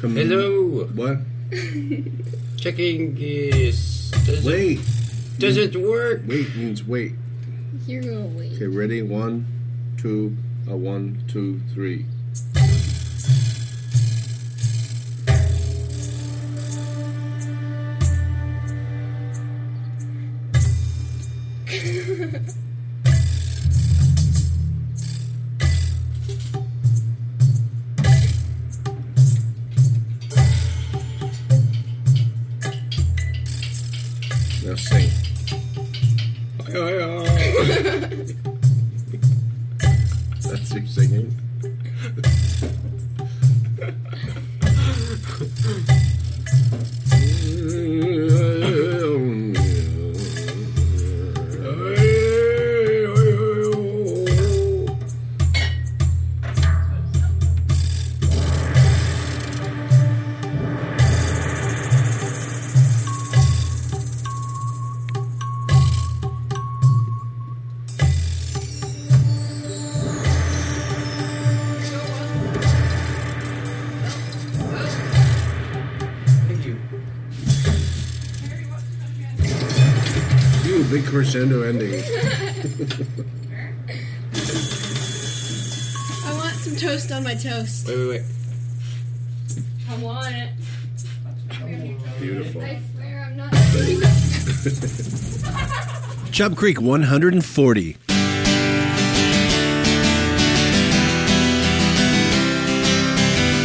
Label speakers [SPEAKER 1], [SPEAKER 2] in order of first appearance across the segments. [SPEAKER 1] Come
[SPEAKER 2] Hello.
[SPEAKER 1] What?
[SPEAKER 2] Checking is doesn't,
[SPEAKER 1] Wait.
[SPEAKER 2] doesn't work.
[SPEAKER 1] Wait means wait.
[SPEAKER 3] You're gonna wait.
[SPEAKER 1] Okay, ready? One, two, a one, two, three. Now sing. Ay, ay, ay. That's you singing.
[SPEAKER 2] Thank you.
[SPEAKER 1] Ooh, big crescendo ending.
[SPEAKER 3] I want some toast on my toast.
[SPEAKER 2] Wait, wait, wait.
[SPEAKER 3] I want it.
[SPEAKER 1] Beautiful.
[SPEAKER 3] swear I'm not.
[SPEAKER 1] Chub Creek 140.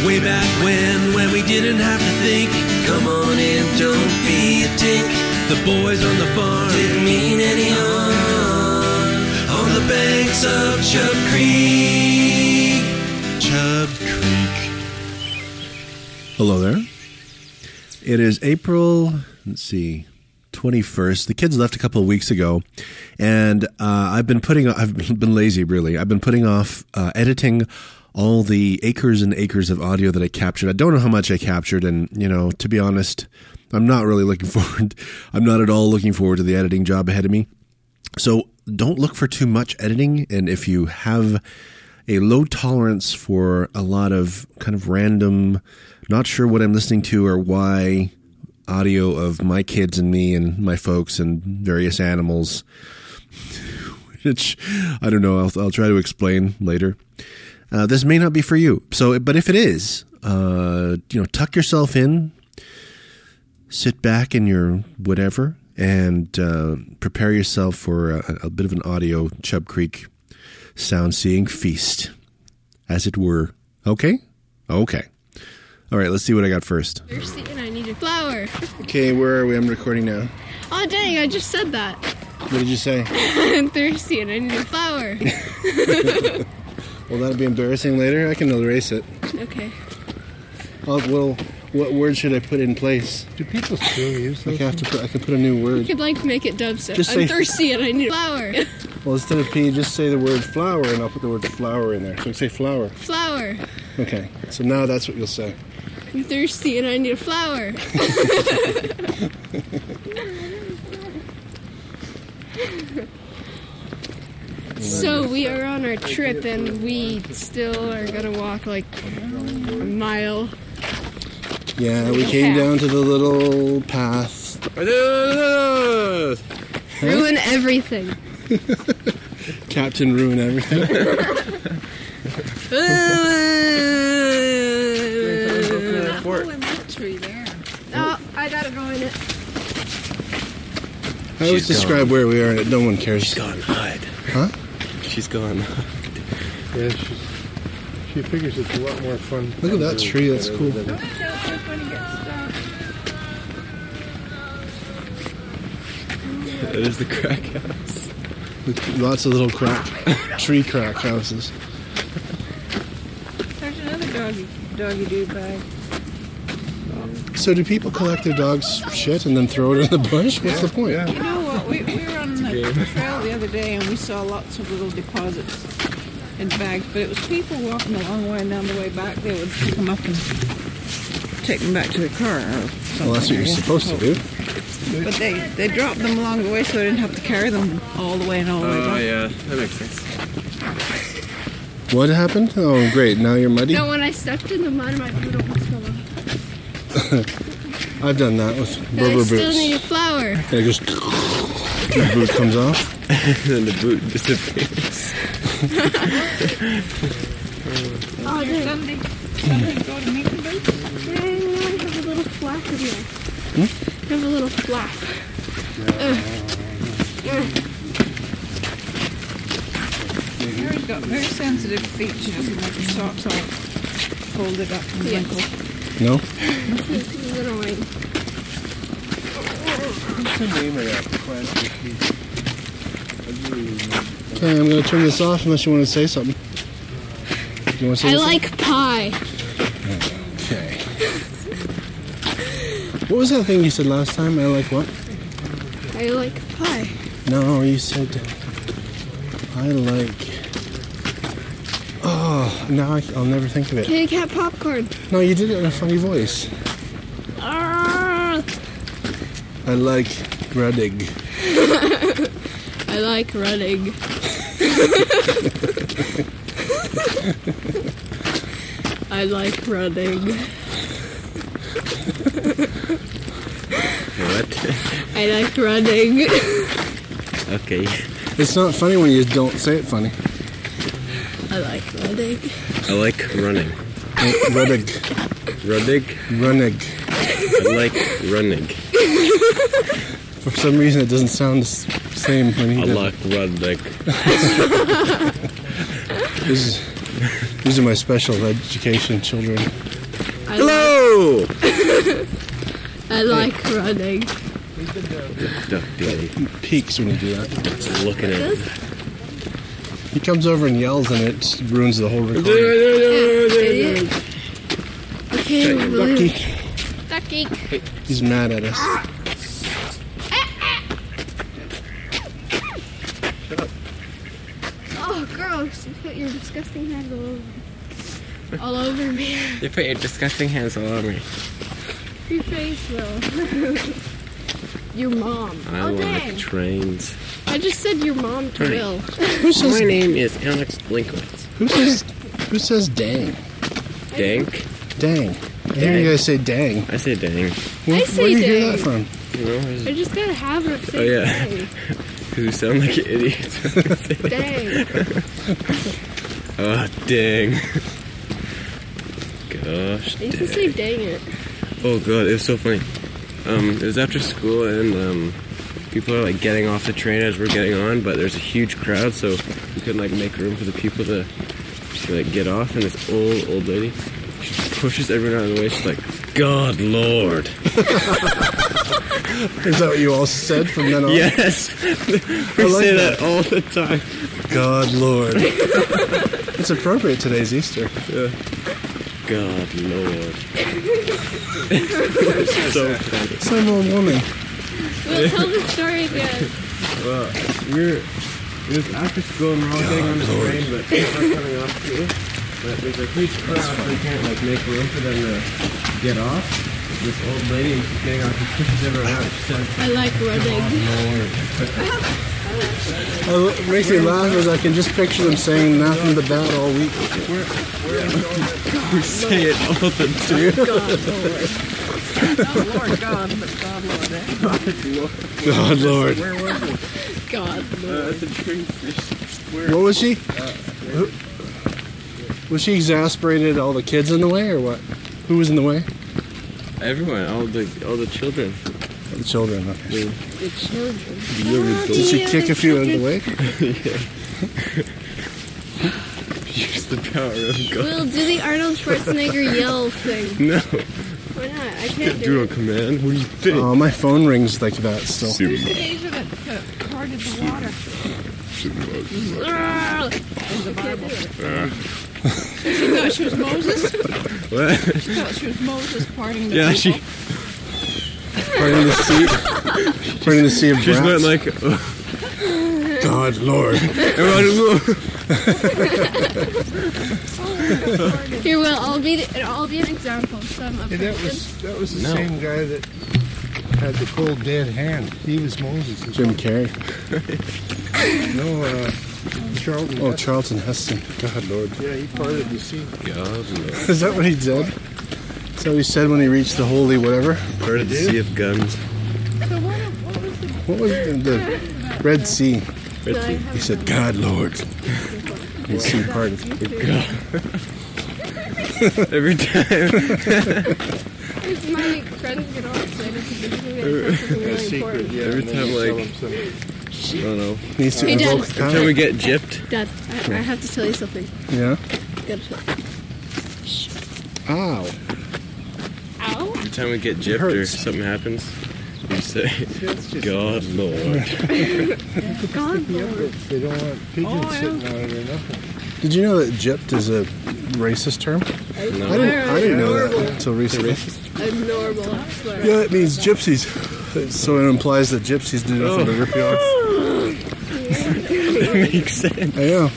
[SPEAKER 4] Way back when, when we didn't have to think. Come on in, don't be a tink. The boys on the farm didn't mean any harm. On the banks of Chub Creek. Chub Creek.
[SPEAKER 1] Hello there. It is April, let's see, 21st. The kids left a couple of weeks ago, and uh, I've been putting, I've been lazy really. I've been putting off uh, editing all the acres and acres of audio that I captured. I don't know how much I captured, and, you know, to be honest, I'm not really looking forward, I'm not at all looking forward to the editing job ahead of me. So don't look for too much editing. And if you have a low tolerance for a lot of kind of random, not sure what I'm listening to or why audio of my kids and me and my folks and various animals, which I don't know, I'll, I'll try to explain later. Uh, this may not be for you. So, but if it is, uh, you know, tuck yourself in, sit back in your whatever and uh, prepare yourself for a, a bit of an audio Chub Creek sound seeing feast, as it were. Okay? Okay. All right, let's see what I got first.
[SPEAKER 3] thirsty and I need a flower.
[SPEAKER 1] Okay, where are we? I'm recording now.
[SPEAKER 3] Oh dang! I just said that.
[SPEAKER 1] What did you say?
[SPEAKER 3] I'm thirsty and I need a flower.
[SPEAKER 1] Well, that'll be embarrassing later. I can erase it.
[SPEAKER 3] okay.
[SPEAKER 1] Oh, well, what word should I put in place?
[SPEAKER 5] Do people still use
[SPEAKER 1] Like
[SPEAKER 5] those?
[SPEAKER 1] I have to put, I can put a new
[SPEAKER 3] You
[SPEAKER 1] word.
[SPEAKER 3] could like make it dubstep.
[SPEAKER 1] Just say-
[SPEAKER 3] I'm thirsty and I need a flower.
[SPEAKER 1] Well, instead of P, just say the word flower and I'll put the word flower in there. So say flower.
[SPEAKER 3] flower.
[SPEAKER 1] Okay. So now that's what you'll say.
[SPEAKER 3] I'm thirsty and I need a flower. so we are on our trip and we still are gonna walk like a mile.
[SPEAKER 1] Yeah, we came
[SPEAKER 3] Path.
[SPEAKER 1] down to the little path
[SPEAKER 3] Ruin everything.
[SPEAKER 1] Captain Ruin Everything.
[SPEAKER 3] oh, I gotta go in it.
[SPEAKER 1] I always
[SPEAKER 4] She's
[SPEAKER 1] describe where we are, and no one cares.
[SPEAKER 4] Gone hide.
[SPEAKER 1] Huh?
[SPEAKER 4] She's gone.
[SPEAKER 5] Yeah, she's, she figures it's a lot more fun.
[SPEAKER 1] Look at that tree, that's cool.
[SPEAKER 4] There's the crack house.
[SPEAKER 1] With lots of little crack, tree crack houses.
[SPEAKER 6] There's another doggy, doggy dude bag.
[SPEAKER 1] So, do people collect their dog's shit and then throw it in the bush? What's the point?
[SPEAKER 5] Yeah.
[SPEAKER 6] You know what? We, we were on the trail the other day and we saw lots of little deposits and bags, but it was people walking a long way and on the way back they would pick them up and take them back to the car. Or something.
[SPEAKER 1] Well, that's what you're
[SPEAKER 6] yeah.
[SPEAKER 1] supposed to do.
[SPEAKER 6] But they, they dropped them along the way so they didn't have to carry them all the way and all the way
[SPEAKER 4] Oh,
[SPEAKER 6] back.
[SPEAKER 4] yeah, that makes sense.
[SPEAKER 1] What happened? Oh, great. Now you're muddy.
[SPEAKER 3] No, when I stepped in the mud, my boot almost fell off.
[SPEAKER 1] I've done that with
[SPEAKER 3] I
[SPEAKER 1] rubber
[SPEAKER 3] still
[SPEAKER 1] boots.
[SPEAKER 3] need flour.
[SPEAKER 1] And it goes. the boot comes off.
[SPEAKER 4] and the boot disappears.
[SPEAKER 3] Oh, dude. I
[SPEAKER 6] Sunday, Sunday go to meet the
[SPEAKER 1] Mm-hmm. Hmm?
[SPEAKER 3] have
[SPEAKER 6] boots.
[SPEAKER 3] a little flap in there. I have a little flap.
[SPEAKER 6] Mary's got very sensitive feet. She doesn't like her socks all folded up and
[SPEAKER 3] Yeah.
[SPEAKER 6] wrinkled.
[SPEAKER 1] No?
[SPEAKER 3] It's a little one.
[SPEAKER 1] Okay, I'm going to turn this off unless you want to say something. You want to say
[SPEAKER 3] I
[SPEAKER 1] something?
[SPEAKER 3] like pie.
[SPEAKER 1] Okay. What was that thing you said last time? I like what?
[SPEAKER 3] I like pie.
[SPEAKER 1] No, you said I like. Oh, now I, will never think of it.
[SPEAKER 3] Kitty cat popcorn.
[SPEAKER 1] No, you did it in a funny voice.
[SPEAKER 3] Ah,
[SPEAKER 1] I like Radig.
[SPEAKER 3] I like running. I like running.
[SPEAKER 4] What?
[SPEAKER 3] I like running.
[SPEAKER 4] okay.
[SPEAKER 1] It's not funny when you don't say it funny.
[SPEAKER 3] I like running.
[SPEAKER 4] I like running.
[SPEAKER 1] Radig.
[SPEAKER 4] Running.
[SPEAKER 1] Ranig.
[SPEAKER 4] I like running.
[SPEAKER 1] For some reason, it doesn't sound the s- same when he
[SPEAKER 4] I
[SPEAKER 1] does.
[SPEAKER 4] like running.
[SPEAKER 1] This is, these are my special education children.
[SPEAKER 3] I Like,
[SPEAKER 4] Hello!
[SPEAKER 3] I like running.
[SPEAKER 4] Duck Daddy.
[SPEAKER 1] Peaks when you do that.
[SPEAKER 4] It's looking at
[SPEAKER 1] He comes over and yells, and it ruins the whole recording.
[SPEAKER 3] Idiot. Okay, we're
[SPEAKER 1] Lucky,
[SPEAKER 3] going. Ducky.
[SPEAKER 1] he's mad at us.
[SPEAKER 3] Oh, gross. You put your disgusting hand all over, all over me.
[SPEAKER 4] You put your disgusting hands all over me.
[SPEAKER 3] Your face, though. your mom.
[SPEAKER 4] I
[SPEAKER 3] oh,
[SPEAKER 4] like
[SPEAKER 3] dang.
[SPEAKER 4] trains.
[SPEAKER 3] I just said your mom to
[SPEAKER 4] Right.
[SPEAKER 3] Will.
[SPEAKER 1] Who
[SPEAKER 4] My
[SPEAKER 1] says?
[SPEAKER 4] name is Alex Blinkowitz.
[SPEAKER 1] Who says? Who says? Dang,
[SPEAKER 4] Dank?
[SPEAKER 1] dang. I hear
[SPEAKER 4] Dang.
[SPEAKER 1] you guys say dang.
[SPEAKER 4] I say dang.
[SPEAKER 1] Where,
[SPEAKER 3] I
[SPEAKER 1] where
[SPEAKER 3] say
[SPEAKER 1] do you hear
[SPEAKER 3] dang.
[SPEAKER 1] that from?
[SPEAKER 4] You know,
[SPEAKER 3] I just gotta have her say
[SPEAKER 4] Oh, yeah.
[SPEAKER 3] dang.
[SPEAKER 4] because you sound like an idiot.
[SPEAKER 3] Dang.
[SPEAKER 4] oh, dang. Gosh,
[SPEAKER 3] I used to
[SPEAKER 4] dang.
[SPEAKER 3] say dang it.
[SPEAKER 4] Oh god, it was so funny. Um, it was after school and um, people are like getting off the train as we're getting on, but there's a huge crowd, so we couldn't like make room for the people to, to like get off. And this old old lady, she just pushes everyone out of the way. She's like, "God Lord,
[SPEAKER 1] Is that what you all said from then on?
[SPEAKER 4] yes." we
[SPEAKER 1] I like
[SPEAKER 4] say Oh. that. all the time.
[SPEAKER 1] God, Lord. it's appropriate today's Easter.
[SPEAKER 4] God Lord. so funny.
[SPEAKER 1] Some old woman.
[SPEAKER 3] Will, tell the story again.
[SPEAKER 4] We're it was after school and we're all getting on the train, but people are coming off too. But there's a huge crowd, so we can't like make room for them to get off. This old lady she's getting off, she pushes everyone out. She says,
[SPEAKER 3] I like running.
[SPEAKER 1] Uh, what makes me laugh is I can just picture them saying nothing but that all week.
[SPEAKER 4] "We say it all the time."
[SPEAKER 6] Not Oh, Lord God, but God Lord. Eh?
[SPEAKER 1] God, Lord.
[SPEAKER 3] God, Lord.
[SPEAKER 4] Uh, That's a tree fish.
[SPEAKER 1] What was she? Who- Was she exasperated at all the kids in the way or what? Who was in the way?
[SPEAKER 4] Everyone, all the all the children.
[SPEAKER 1] The children. Okay.
[SPEAKER 3] The children.
[SPEAKER 1] Did she kick a few out of the way?
[SPEAKER 4] Use the power of God.
[SPEAKER 3] Will, do the Arnold Schwarzenegger yell thing.
[SPEAKER 4] No,
[SPEAKER 3] Why not? I can't
[SPEAKER 4] do
[SPEAKER 3] do
[SPEAKER 4] a
[SPEAKER 3] it.
[SPEAKER 4] command. What do you think?
[SPEAKER 1] Oh, my phone rings like that still.
[SPEAKER 6] There's the days of it that parted the water.
[SPEAKER 3] Ah,
[SPEAKER 6] in the Bible. she thought she was Moses.
[SPEAKER 4] What?
[SPEAKER 6] She thought she was Moses parting the
[SPEAKER 4] Yeah,
[SPEAKER 6] people.
[SPEAKER 4] she
[SPEAKER 1] Right in the sea. Right in the sea of
[SPEAKER 4] she's
[SPEAKER 1] brats.
[SPEAKER 4] not like. uh,
[SPEAKER 1] God, Lord.
[SPEAKER 3] Here, Will, I'll be, the, I'll be an example of some
[SPEAKER 1] Hey,
[SPEAKER 3] oppression.
[SPEAKER 1] that was that was the same guy that had the cold dead hand. He was Moses. Jim Carrey. no, uh, Charlton. Oh, Charlton Heston. God, Lord. Yeah, he parted the sea.
[SPEAKER 4] God, no.
[SPEAKER 1] Is that what he did? So he said when he reached the holy whatever.
[SPEAKER 4] Part of the sea of guns.
[SPEAKER 1] What was the, the Red Sea?
[SPEAKER 7] He said, God, Lord.
[SPEAKER 1] The sea part.
[SPEAKER 4] Every time.
[SPEAKER 3] My friends get all excited because they think we gotta talk something really important.
[SPEAKER 4] Every time, like, I don't know.
[SPEAKER 1] Needs to
[SPEAKER 3] Hey, Dad.
[SPEAKER 1] evoke
[SPEAKER 4] Every time
[SPEAKER 1] time.
[SPEAKER 4] we get gypped,
[SPEAKER 3] Dad, I, I have to tell you something.
[SPEAKER 1] Yeah.
[SPEAKER 3] Gotta tell-
[SPEAKER 1] Ow.
[SPEAKER 3] Ow?
[SPEAKER 4] every time we get gypped or
[SPEAKER 1] hurts.
[SPEAKER 4] something happens, we say, God, Lord.
[SPEAKER 3] God, Lord.
[SPEAKER 1] They don't want pigeons
[SPEAKER 6] Oh, yeah.
[SPEAKER 1] sitting on it or nothing. Did you know that gypped is a racist term? I didn't, I didn't know that until recently.
[SPEAKER 3] Adorable, I swear.
[SPEAKER 1] Yeah, it means gypsies. So it implies that gypsies do nothing but rip you off.
[SPEAKER 4] Oh. Makes sense.
[SPEAKER 1] I know.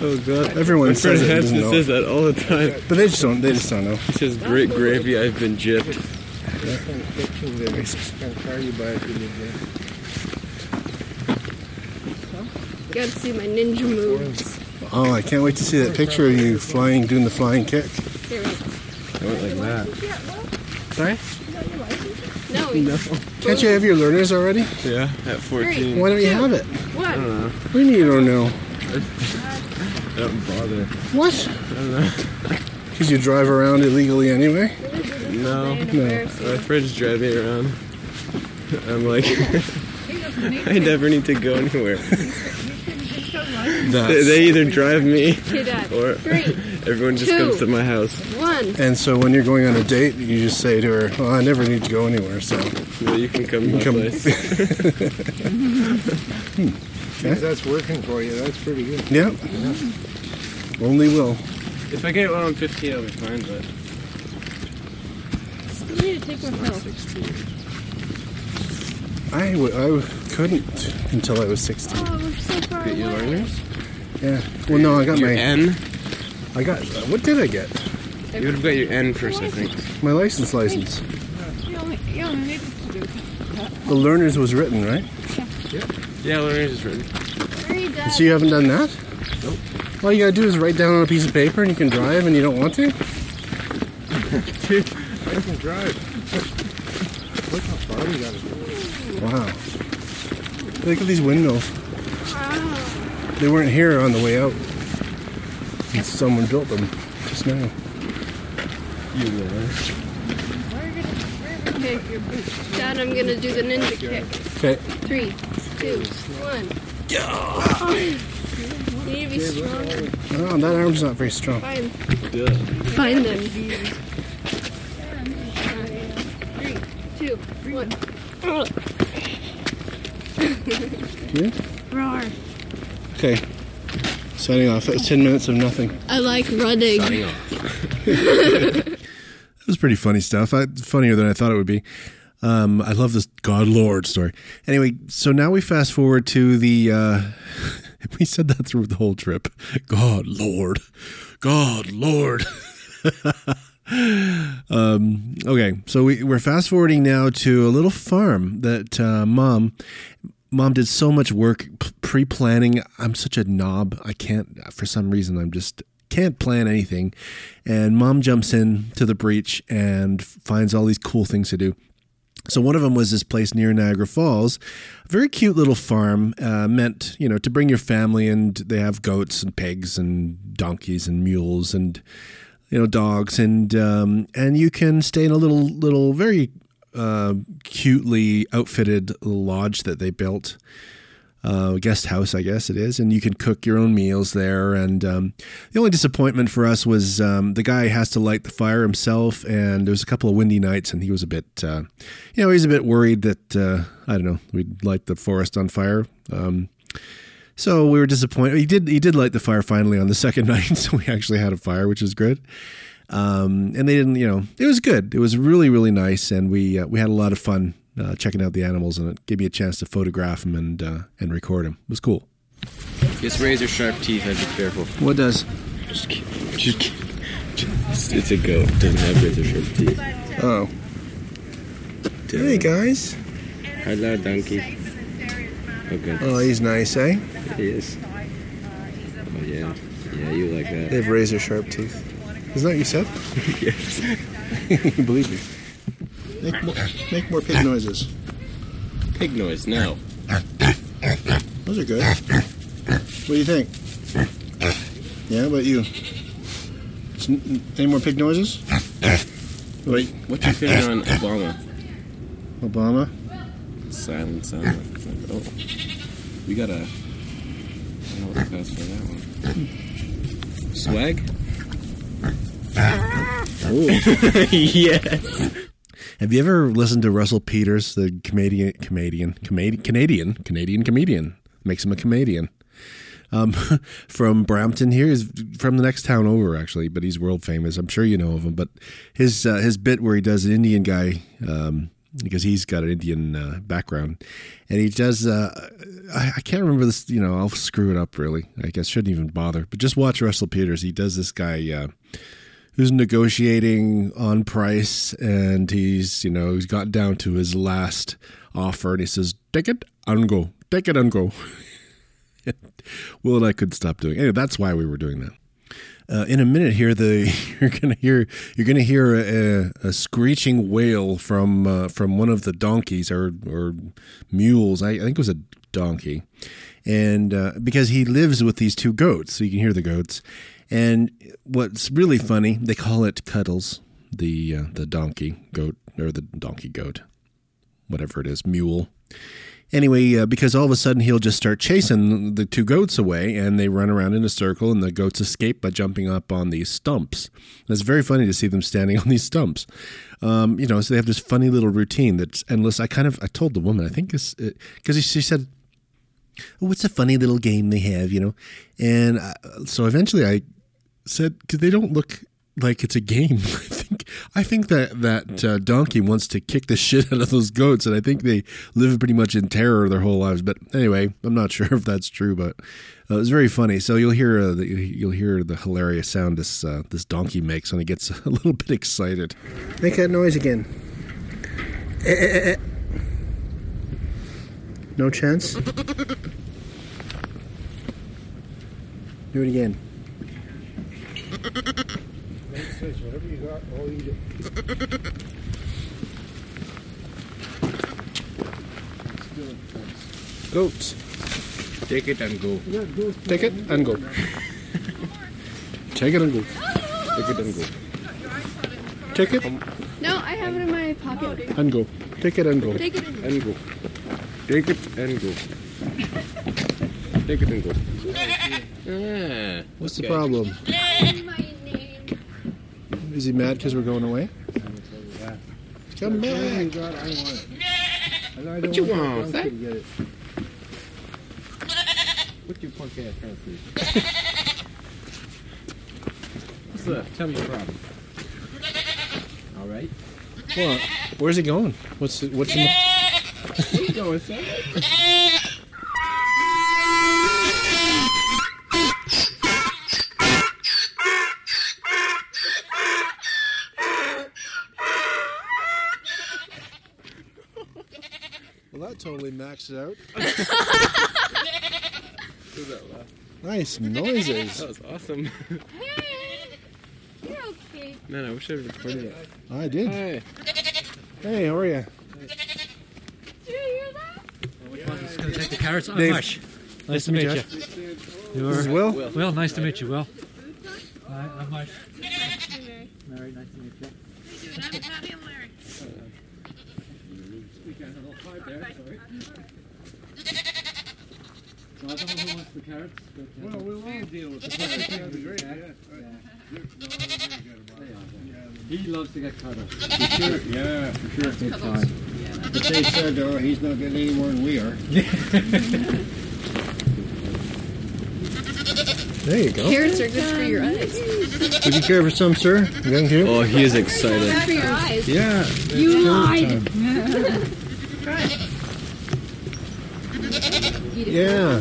[SPEAKER 4] Oh, God.
[SPEAKER 1] Everyone
[SPEAKER 4] My
[SPEAKER 1] says
[SPEAKER 4] friend
[SPEAKER 1] it and doesn't
[SPEAKER 4] Hanson
[SPEAKER 1] know.
[SPEAKER 4] says that all the time.
[SPEAKER 1] But they just don't. They just don't know.
[SPEAKER 4] He says, Great gravy, I've been gypped.
[SPEAKER 3] Gotta see my ninja moves.
[SPEAKER 1] Oh, I can't wait to see that picture of you flying, doing the flying kick.
[SPEAKER 3] Here we go.
[SPEAKER 4] I went like that.
[SPEAKER 1] Sorry.
[SPEAKER 3] No, we,
[SPEAKER 1] Can't you have your learners already?
[SPEAKER 4] Yeah, at 14.
[SPEAKER 1] Why don't you have it?
[SPEAKER 3] what?
[SPEAKER 1] What do you mean you don't know?
[SPEAKER 4] I don't bother.
[SPEAKER 1] What? Because you drive around illegally anyway.
[SPEAKER 4] No.
[SPEAKER 3] And
[SPEAKER 1] No.
[SPEAKER 3] embarrassing.
[SPEAKER 4] My friend's driving around. I'm like, I never need to go anywhere. They, they either drive me
[SPEAKER 3] Okay, Dad.
[SPEAKER 4] or
[SPEAKER 3] Three,
[SPEAKER 4] everyone just
[SPEAKER 3] Two.
[SPEAKER 4] comes to my house.
[SPEAKER 3] one.
[SPEAKER 1] And so when you're going on a date, you just say to her, "Well, I never need to go anywhere." So
[SPEAKER 4] No, you can come to my
[SPEAKER 1] Come-
[SPEAKER 4] place.
[SPEAKER 8] If that's working for you, that's pretty good.
[SPEAKER 1] yeah. Only will.
[SPEAKER 4] If I get one on 15, I'll be fine, but
[SPEAKER 3] Still need to take my pill.
[SPEAKER 4] 16.
[SPEAKER 1] I, w- I w- couldn't until I was 16.
[SPEAKER 3] Oh, we're so far
[SPEAKER 4] Get your
[SPEAKER 3] away.
[SPEAKER 4] learners?
[SPEAKER 1] Yeah. Well, no, I got
[SPEAKER 4] Your
[SPEAKER 1] my.
[SPEAKER 4] N?
[SPEAKER 1] I got. What did I get?
[SPEAKER 4] You would have got your N first, I think.
[SPEAKER 1] My license license.
[SPEAKER 6] You only, you only needed to do that.
[SPEAKER 1] The learners was written, right?
[SPEAKER 4] Yeah, learners is written.
[SPEAKER 3] Three, Dad.
[SPEAKER 1] So you haven't done that? Nope. All you gotta do is write down on a piece of paper and you can drive and you don't want to?
[SPEAKER 8] I can drive. Look how far we got to go.
[SPEAKER 1] Wow. Look at these windmills. They weren't here on the way out. And someone built them just now.
[SPEAKER 6] Take your boots.
[SPEAKER 3] Dad, I'm gonna do the ninja kick.
[SPEAKER 1] Okay.
[SPEAKER 3] Three, two, one. Go! You need to be stronger.
[SPEAKER 1] Oh, that arm's not very strong.
[SPEAKER 3] Fine. Find them. Three, two, one.
[SPEAKER 1] Yeah?
[SPEAKER 3] Roar.
[SPEAKER 1] Okay. Signing off. That was 10 minutes of nothing.
[SPEAKER 3] I like running.
[SPEAKER 7] It was pretty funny stuff. I, funnier than I thought it would be. Um, I love this God Lord story. Anyway, so now we fast forward to the. Uh, we said that through the whole trip. God Lord, God Lord. um, okay, so we, we're fast forwarding now to a little farm that uh, mom. Mom did so much work p- pre-planning. I'm such a knob. I can't for some reason I'm just can't plan anything. And mom jumps in to the breach and finds all these cool things to do. So one of them was this place near Niagara Falls, a very cute little farm uh, meant you know to bring your family, and they have goats and pigs and donkeys and mules and you know dogs and um, and you can stay in a little little very uh, cutely outfitted lodge that they built uh, guest house, I guess it is, and you can cook your own meals there. And um, the only disappointment for us was um, the guy has to light the fire himself, and there was a couple of windy nights, and he was a bit, uh, you know, he was a bit worried that uh, I don't know we'd light the forest on fire. Um, so we were disappointed. He did he did light the fire finally on the second night, so we actually had a fire, which was good. Um, and they didn't, you know, it was good. It was really really nice, and we uh, we had a lot of fun. Uh, checking out the animals and it gave me a chance to photograph them and uh, and record them. It was cool.
[SPEAKER 4] Just razor sharp teeth, I'd be careful.
[SPEAKER 1] What does?
[SPEAKER 4] Just ki- just ki- just- It's a goat, doesn't have razor sharp teeth.
[SPEAKER 1] Oh. Hey, guys.
[SPEAKER 4] Hello, donkey. Oh, good.
[SPEAKER 1] Oh, he's nice, eh?
[SPEAKER 4] He is. Oh, yeah. Yeah, you like that.
[SPEAKER 1] They have razor sharp teeth. Isn't that what you said?
[SPEAKER 4] Yes.
[SPEAKER 7] Believe me.
[SPEAKER 1] Make more, make more pig noises.
[SPEAKER 4] Pig noise now.
[SPEAKER 1] Those are good. What do you think? Yeah, how about you? S- n- Any more pig noises?
[SPEAKER 4] Wait, what's your favorite on Obama?
[SPEAKER 1] Obama?
[SPEAKER 4] Silent, silent. silent. Oh, we got a. I don't know what the pass for that one. Swag? yes.
[SPEAKER 7] Have you ever listened to Russell Peters, the Canadian, Canadian, Canadian, Canadian, Canadian comedian? Makes him a comedian. Um, from Brampton here, he's from the next town over, actually, but he's world famous. I'm sure you know of him. But his uh, his bit where he does an Indian guy um, because he's got an Indian uh, background, and he does. Uh, I, I can't remember this. You know, I'll screw it up. Really, I guess shouldn't even bother. But just watch Russell Peters. He does this guy. Uh, who's negotiating on price and he's you know he's got down to his last offer and he says take it and go take it and go will and i could stop doing anyway that's why we were doing that uh, in a minute here the you're gonna hear you're gonna hear a, a, screeching wail from uh, from one of the donkeys or or mules i, I think it was a donkey and uh, because he lives with these two goats so you can hear the goats and what's really funny they call it cuddles the uh, the donkey goat or the donkey goat whatever it is, mule. Anyway, uh, because all of a sudden he'll just start chasing the two goats away, and they run around in a circle, and the goats escape by jumping up on these stumps. And it's very funny to see them standing on these stumps. Um, you know, so they have this funny little routine that's endless. I kind of I told the woman I think it's because she said, "Oh, it's a funny little game they have," you know, and I, so eventually I said because they don't look like it's a game. I think I think that that uh, donkey wants to kick the shit out of those goats, and I think they live pretty much in terror their whole lives. But anyway, I'm not sure if that's true, but uh, it's very funny. So you'll hear uh, the, you'll hear the hilarious sound this uh, this donkey makes when he gets a little bit excited.
[SPEAKER 9] Make that noise again. Eh, eh, eh, eh. No chance? Do it again. Whatever you got, I'll eat it.
[SPEAKER 4] Goats. Take it and go.
[SPEAKER 1] Take it and go. Take it and go.
[SPEAKER 4] Take it and go.
[SPEAKER 1] Take it
[SPEAKER 3] No, I have it in my pocket.
[SPEAKER 1] and go. Take it and go.
[SPEAKER 3] Oh, Take it.
[SPEAKER 4] And go. Take it and go. Take it and go. Yeah.
[SPEAKER 1] What's the problem? Is he mad because we're going away? Come back.
[SPEAKER 9] God, I want it. And I
[SPEAKER 4] What
[SPEAKER 9] don't
[SPEAKER 4] you
[SPEAKER 9] that
[SPEAKER 4] want,
[SPEAKER 9] donkey
[SPEAKER 4] eh?
[SPEAKER 9] to get it.
[SPEAKER 4] What your punk ass trying to say? What's up? Tell me your problem. All right.
[SPEAKER 1] What? Where's he going? What's what's in the
[SPEAKER 4] Where you going, son?
[SPEAKER 1] Well, that totally maxed it out. nice noises.
[SPEAKER 4] That was awesome.
[SPEAKER 3] You're okay.
[SPEAKER 4] Man, I wish I recorded it.
[SPEAKER 1] I did.
[SPEAKER 4] Hey.
[SPEAKER 1] Hey, how are you?
[SPEAKER 3] Do you hear that?
[SPEAKER 10] Gonna take the carrots. I'm
[SPEAKER 1] Dave.
[SPEAKER 10] Marsh. Nice to meet you. You
[SPEAKER 1] This is
[SPEAKER 10] are-
[SPEAKER 1] Will.
[SPEAKER 10] Will, nice to meet you, Will. Hi, I'm Marsh. Mary, nice to meet you. We got a little hard there, sorry. So I don't know who wants the carrots, but, uh,
[SPEAKER 1] we won't deal with the
[SPEAKER 10] he loves to get cut off.
[SPEAKER 9] Yeah, for sure.
[SPEAKER 10] Big time.
[SPEAKER 9] But they said uh, he's not getting any more than we are.
[SPEAKER 1] There you go.
[SPEAKER 3] Carrots are good for your eyes.
[SPEAKER 1] Would you care for some, sir? Young too?
[SPEAKER 4] Oh, he is excited.
[SPEAKER 3] for your eyes.
[SPEAKER 1] Yeah.
[SPEAKER 3] You lied.
[SPEAKER 1] Yeah.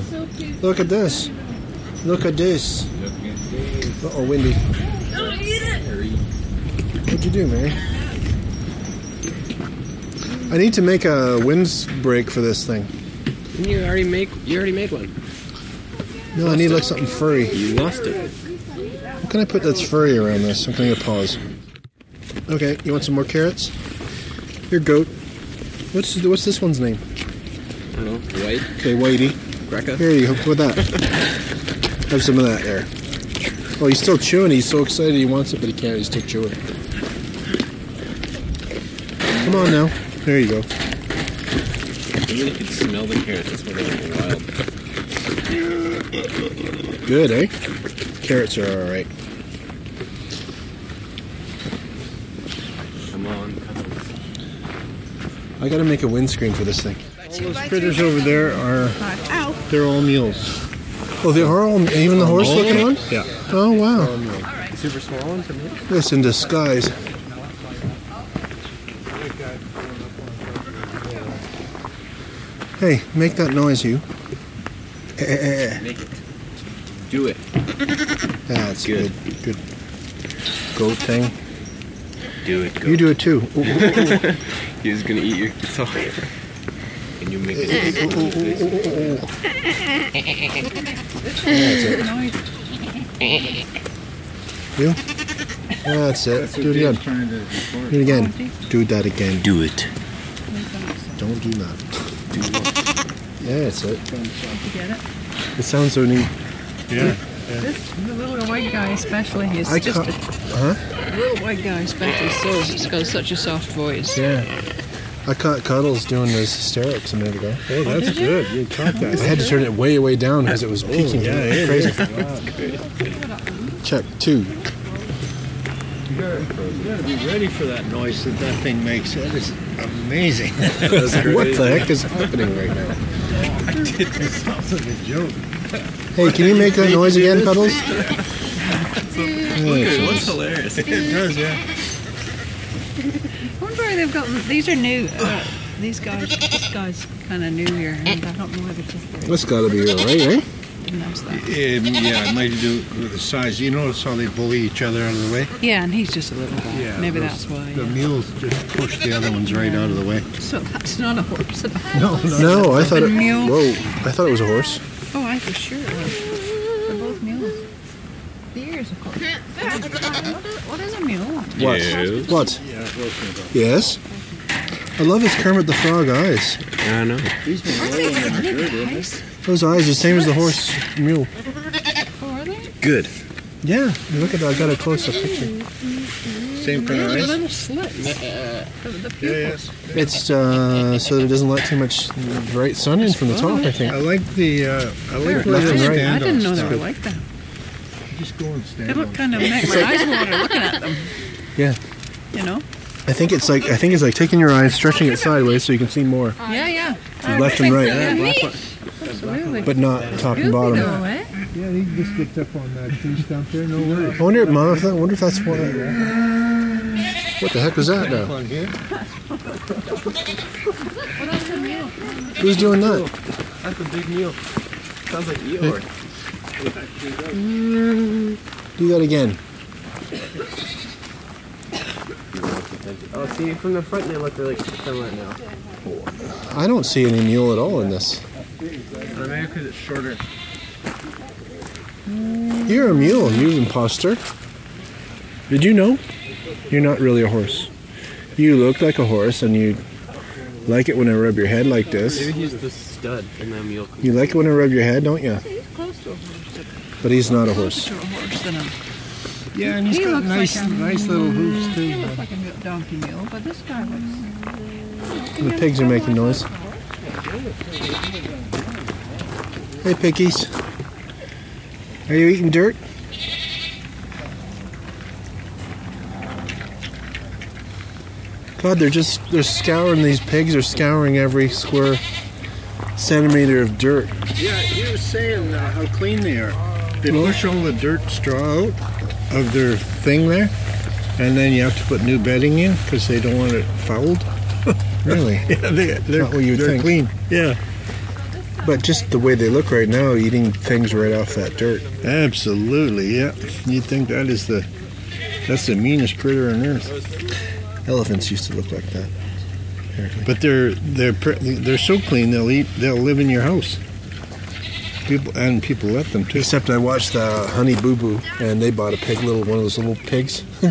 [SPEAKER 1] Look at this. Look at this. Uh oh, Wendy. What'd you do, Mary? I need to make a wind break for this thing.
[SPEAKER 4] Didn't you already make? You already made one.
[SPEAKER 1] No, I need like something furry.
[SPEAKER 4] You lost it.
[SPEAKER 1] What can I put that's furry around this? I'm gonna pause. Okay, you want some more carrots? Your goat. What's what's this one's name?
[SPEAKER 4] I don't know. White.
[SPEAKER 1] Okay, Whitey.
[SPEAKER 4] Greca.
[SPEAKER 1] Here you go. With that. Have some of that there. Oh, he's still chewing. He's so excited he wants it, but he can't. He's still chewing. Come on now. There you go.
[SPEAKER 4] You could smell the carrots. That's why they're like wild.
[SPEAKER 1] Good, eh? Carrots are all right.
[SPEAKER 4] Come on, cousins.
[SPEAKER 1] I gotta make a windscreen for this thing.
[SPEAKER 6] Two
[SPEAKER 9] Those
[SPEAKER 6] by
[SPEAKER 9] critters
[SPEAKER 6] two.
[SPEAKER 9] over there are,
[SPEAKER 6] Ow.
[SPEAKER 9] they're all mules.
[SPEAKER 1] Oh, they are all, even the horse looking one?
[SPEAKER 9] Yeah.
[SPEAKER 1] Oh, wow.
[SPEAKER 4] Super small ones.
[SPEAKER 1] This in disguise. Hey, make that noise, you. Eh, eh, eh.
[SPEAKER 4] Make it. Do it.
[SPEAKER 1] That's
[SPEAKER 4] Good.
[SPEAKER 1] good. Good. Goat thing.
[SPEAKER 4] Do it. Go.
[SPEAKER 1] You do it too. Ooh, ooh,
[SPEAKER 4] He's gonna eat your dog. And you make it.
[SPEAKER 1] ooh, ooh, ooh, ooh, ooh.
[SPEAKER 6] Noise.
[SPEAKER 1] You? That's it. Do it again.
[SPEAKER 9] trying to record.
[SPEAKER 1] Do it again. Do that again.
[SPEAKER 4] Do it.
[SPEAKER 1] Don't do that. Yeah, that's it.
[SPEAKER 6] You get it?
[SPEAKER 1] It sounds so neat.
[SPEAKER 9] Yeah.
[SPEAKER 6] This the little white guy especially he's
[SPEAKER 1] I
[SPEAKER 6] just
[SPEAKER 1] ca-
[SPEAKER 6] a
[SPEAKER 1] huh?
[SPEAKER 6] little white guy especially so he's got such a soft voice.
[SPEAKER 1] Yeah. I caught Cuddles doing his hysterics a minute ago.
[SPEAKER 9] Hey, that's good. Oh, You caught
[SPEAKER 1] I
[SPEAKER 9] that.
[SPEAKER 1] had to turn it way, way down because it was peaking.
[SPEAKER 9] yeah,
[SPEAKER 1] It was
[SPEAKER 9] it
[SPEAKER 1] crazy. Check two.
[SPEAKER 9] You gotta, you gotta be ready for that noise that that thing makes. That is amazing.
[SPEAKER 1] What the heck is happening right now?
[SPEAKER 9] Sounds like a joke.
[SPEAKER 1] Hey, can you make that noise again, Cuddles?
[SPEAKER 4] That's hilarious.
[SPEAKER 9] It does, yeah.
[SPEAKER 6] I wonder why they've got these are new uh, these guys this guy's kinda new here and I don't know whether to
[SPEAKER 1] That's gotta be all right, right?
[SPEAKER 6] knows that.
[SPEAKER 9] Um, yeah, it might do with the size. You notice how they bully each other out of the way?
[SPEAKER 6] Yeah, and he's just a little guy. Maybe
[SPEAKER 9] those-
[SPEAKER 6] that's why.
[SPEAKER 9] The
[SPEAKER 6] yeah.
[SPEAKER 9] mules just push the other ones right out of the way.
[SPEAKER 6] So that's not a horse at all.
[SPEAKER 9] No,
[SPEAKER 1] No, I thought it.
[SPEAKER 6] Mule.
[SPEAKER 1] Whoa, I thought it was a horse.
[SPEAKER 6] Oh, I for sure. They're both mules. The ears, of course. what is a mule?
[SPEAKER 1] What?
[SPEAKER 4] Yes.
[SPEAKER 1] What? Yes. I love his Kermit the Frog eyes.
[SPEAKER 4] I know.
[SPEAKER 1] Those eyes are the same as the horse mule.
[SPEAKER 6] Oh, are they?
[SPEAKER 4] Good.
[SPEAKER 1] Yeah, look at that. I got a close-up picture.
[SPEAKER 9] Same kind of
[SPEAKER 6] They're
[SPEAKER 9] race.
[SPEAKER 6] little slits. The- the
[SPEAKER 9] Yeah,
[SPEAKER 6] pupil.
[SPEAKER 9] yes.
[SPEAKER 1] It's uh, so that it doesn't let too much bright sun in from the top. I
[SPEAKER 9] I
[SPEAKER 1] think.
[SPEAKER 9] like the, uh, I like where
[SPEAKER 1] left
[SPEAKER 9] they
[SPEAKER 1] and right.
[SPEAKER 9] stand
[SPEAKER 6] I didn't
[SPEAKER 9] on
[SPEAKER 6] know they
[SPEAKER 9] stuff.
[SPEAKER 6] were like that.
[SPEAKER 9] Just go and stand
[SPEAKER 6] They look
[SPEAKER 9] on
[SPEAKER 6] kind of make my eyes water looking at them.
[SPEAKER 1] Yeah.
[SPEAKER 6] You know?
[SPEAKER 1] I think it's like I think it's like taking your eyes, stretching it sideways so you can see more,
[SPEAKER 6] Yeah, yeah.
[SPEAKER 1] left and right,
[SPEAKER 6] Yeah, absolutely.
[SPEAKER 1] but not top and
[SPEAKER 6] Goofy
[SPEAKER 1] bottom.
[SPEAKER 6] though, eh?
[SPEAKER 9] Yeah, he just gets up on that tree stump there, no
[SPEAKER 1] I wonder, Mom, if that, I wonder if that's what. What the heck was that now?
[SPEAKER 9] On here?
[SPEAKER 1] Who's doing that?
[SPEAKER 4] That's a big meal. Sounds like Eeyore.
[SPEAKER 1] Do that again.
[SPEAKER 4] Oh, see, from the front they look really similar now.
[SPEAKER 1] I don't see any mule at all in this.
[SPEAKER 4] Maybe because it's shorter.
[SPEAKER 1] You're a mule, you imposter. Did you know? You're not really a horse. You look like a horse, and you like it when I rub your head like this.
[SPEAKER 4] Maybe he's the stud in that meal.
[SPEAKER 1] You like it when I rub your head, don't you?
[SPEAKER 6] He's close to a horse.
[SPEAKER 1] But he's not a
[SPEAKER 6] Closer
[SPEAKER 1] horse.
[SPEAKER 6] to a horse than a.
[SPEAKER 9] Yeah, and he's
[SPEAKER 6] He
[SPEAKER 9] got
[SPEAKER 6] looks
[SPEAKER 9] nice,
[SPEAKER 6] like a-
[SPEAKER 9] nice little hooves
[SPEAKER 6] He
[SPEAKER 9] too.
[SPEAKER 6] looks like a mule- donkey mule, but this guy looks.
[SPEAKER 1] The pigs are making noise. Hey, piggies. Are you eating dirt? God, they're just, they're scouring, these pigs are scouring every square centimeter of dirt.
[SPEAKER 9] Yeah, he was saying uh, how clean they are. They push all the dirt straw out of their thing there, and then you have to put new bedding in because they don't want it fouled.
[SPEAKER 1] Really?
[SPEAKER 9] Yeah, they, they're,
[SPEAKER 1] Not what you'd
[SPEAKER 9] they're
[SPEAKER 1] think.
[SPEAKER 9] clean. Yeah,
[SPEAKER 1] But just the way they look right now, eating things right off that dirt.
[SPEAKER 9] absolutely. Yeah, you'd think that is the that's the meanest critter on earth,
[SPEAKER 1] Elephants used to look like that.
[SPEAKER 9] but they're they're pr- they're so clean they'll eat they'll live in your house. People and people let them too.
[SPEAKER 1] Except I watched uh, Honey Boo Boo, and they bought a pig, little one of those little pigs,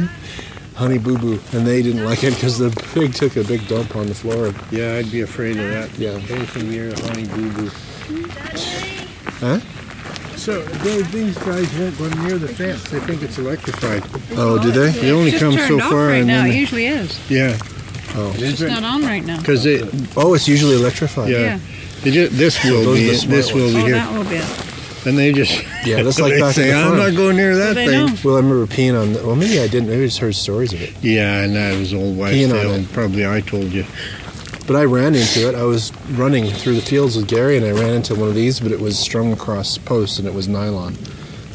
[SPEAKER 1] Honey Boo Boo, and they didn't like it because the pig took a big dump on the floor.
[SPEAKER 9] Yeah, I'd be afraid of that.
[SPEAKER 1] Yeah.
[SPEAKER 9] Anything near a honey boo boo.
[SPEAKER 1] Huh?
[SPEAKER 9] So they, these guys won't go near the fence. They think it's electrified.
[SPEAKER 1] Oh, did they?
[SPEAKER 9] They only
[SPEAKER 6] It's just
[SPEAKER 9] come so
[SPEAKER 6] turned off
[SPEAKER 9] far
[SPEAKER 6] right
[SPEAKER 9] and
[SPEAKER 6] now.
[SPEAKER 9] then
[SPEAKER 6] It
[SPEAKER 9] they-
[SPEAKER 6] usually is.
[SPEAKER 9] yeah,
[SPEAKER 6] It's not on right now.
[SPEAKER 9] because they
[SPEAKER 1] Oh, it's usually electrified.
[SPEAKER 9] yeah,
[SPEAKER 6] Yeah.
[SPEAKER 9] They ju- this will
[SPEAKER 1] those are
[SPEAKER 9] be
[SPEAKER 1] the smart
[SPEAKER 9] this will be
[SPEAKER 6] Oh,
[SPEAKER 9] here,
[SPEAKER 6] that will be it.
[SPEAKER 9] and they just
[SPEAKER 1] Yeah, that's like
[SPEAKER 9] they
[SPEAKER 1] back at
[SPEAKER 9] say,
[SPEAKER 1] the
[SPEAKER 9] I'm
[SPEAKER 1] farm."
[SPEAKER 9] not going near that
[SPEAKER 6] they
[SPEAKER 9] thing.
[SPEAKER 6] know.
[SPEAKER 1] Well, I remember peeing on. The, well, maybe I didn't. Maybe I just heard stories of it.
[SPEAKER 9] Yeah, and that was old wives'
[SPEAKER 1] Peeing on
[SPEAKER 9] tale.
[SPEAKER 1] it.
[SPEAKER 9] and Probably I told you.
[SPEAKER 1] But I ran into it. I was running through the fields with Gary, and I ran into one of these, but it was strung across posts, and it was nylon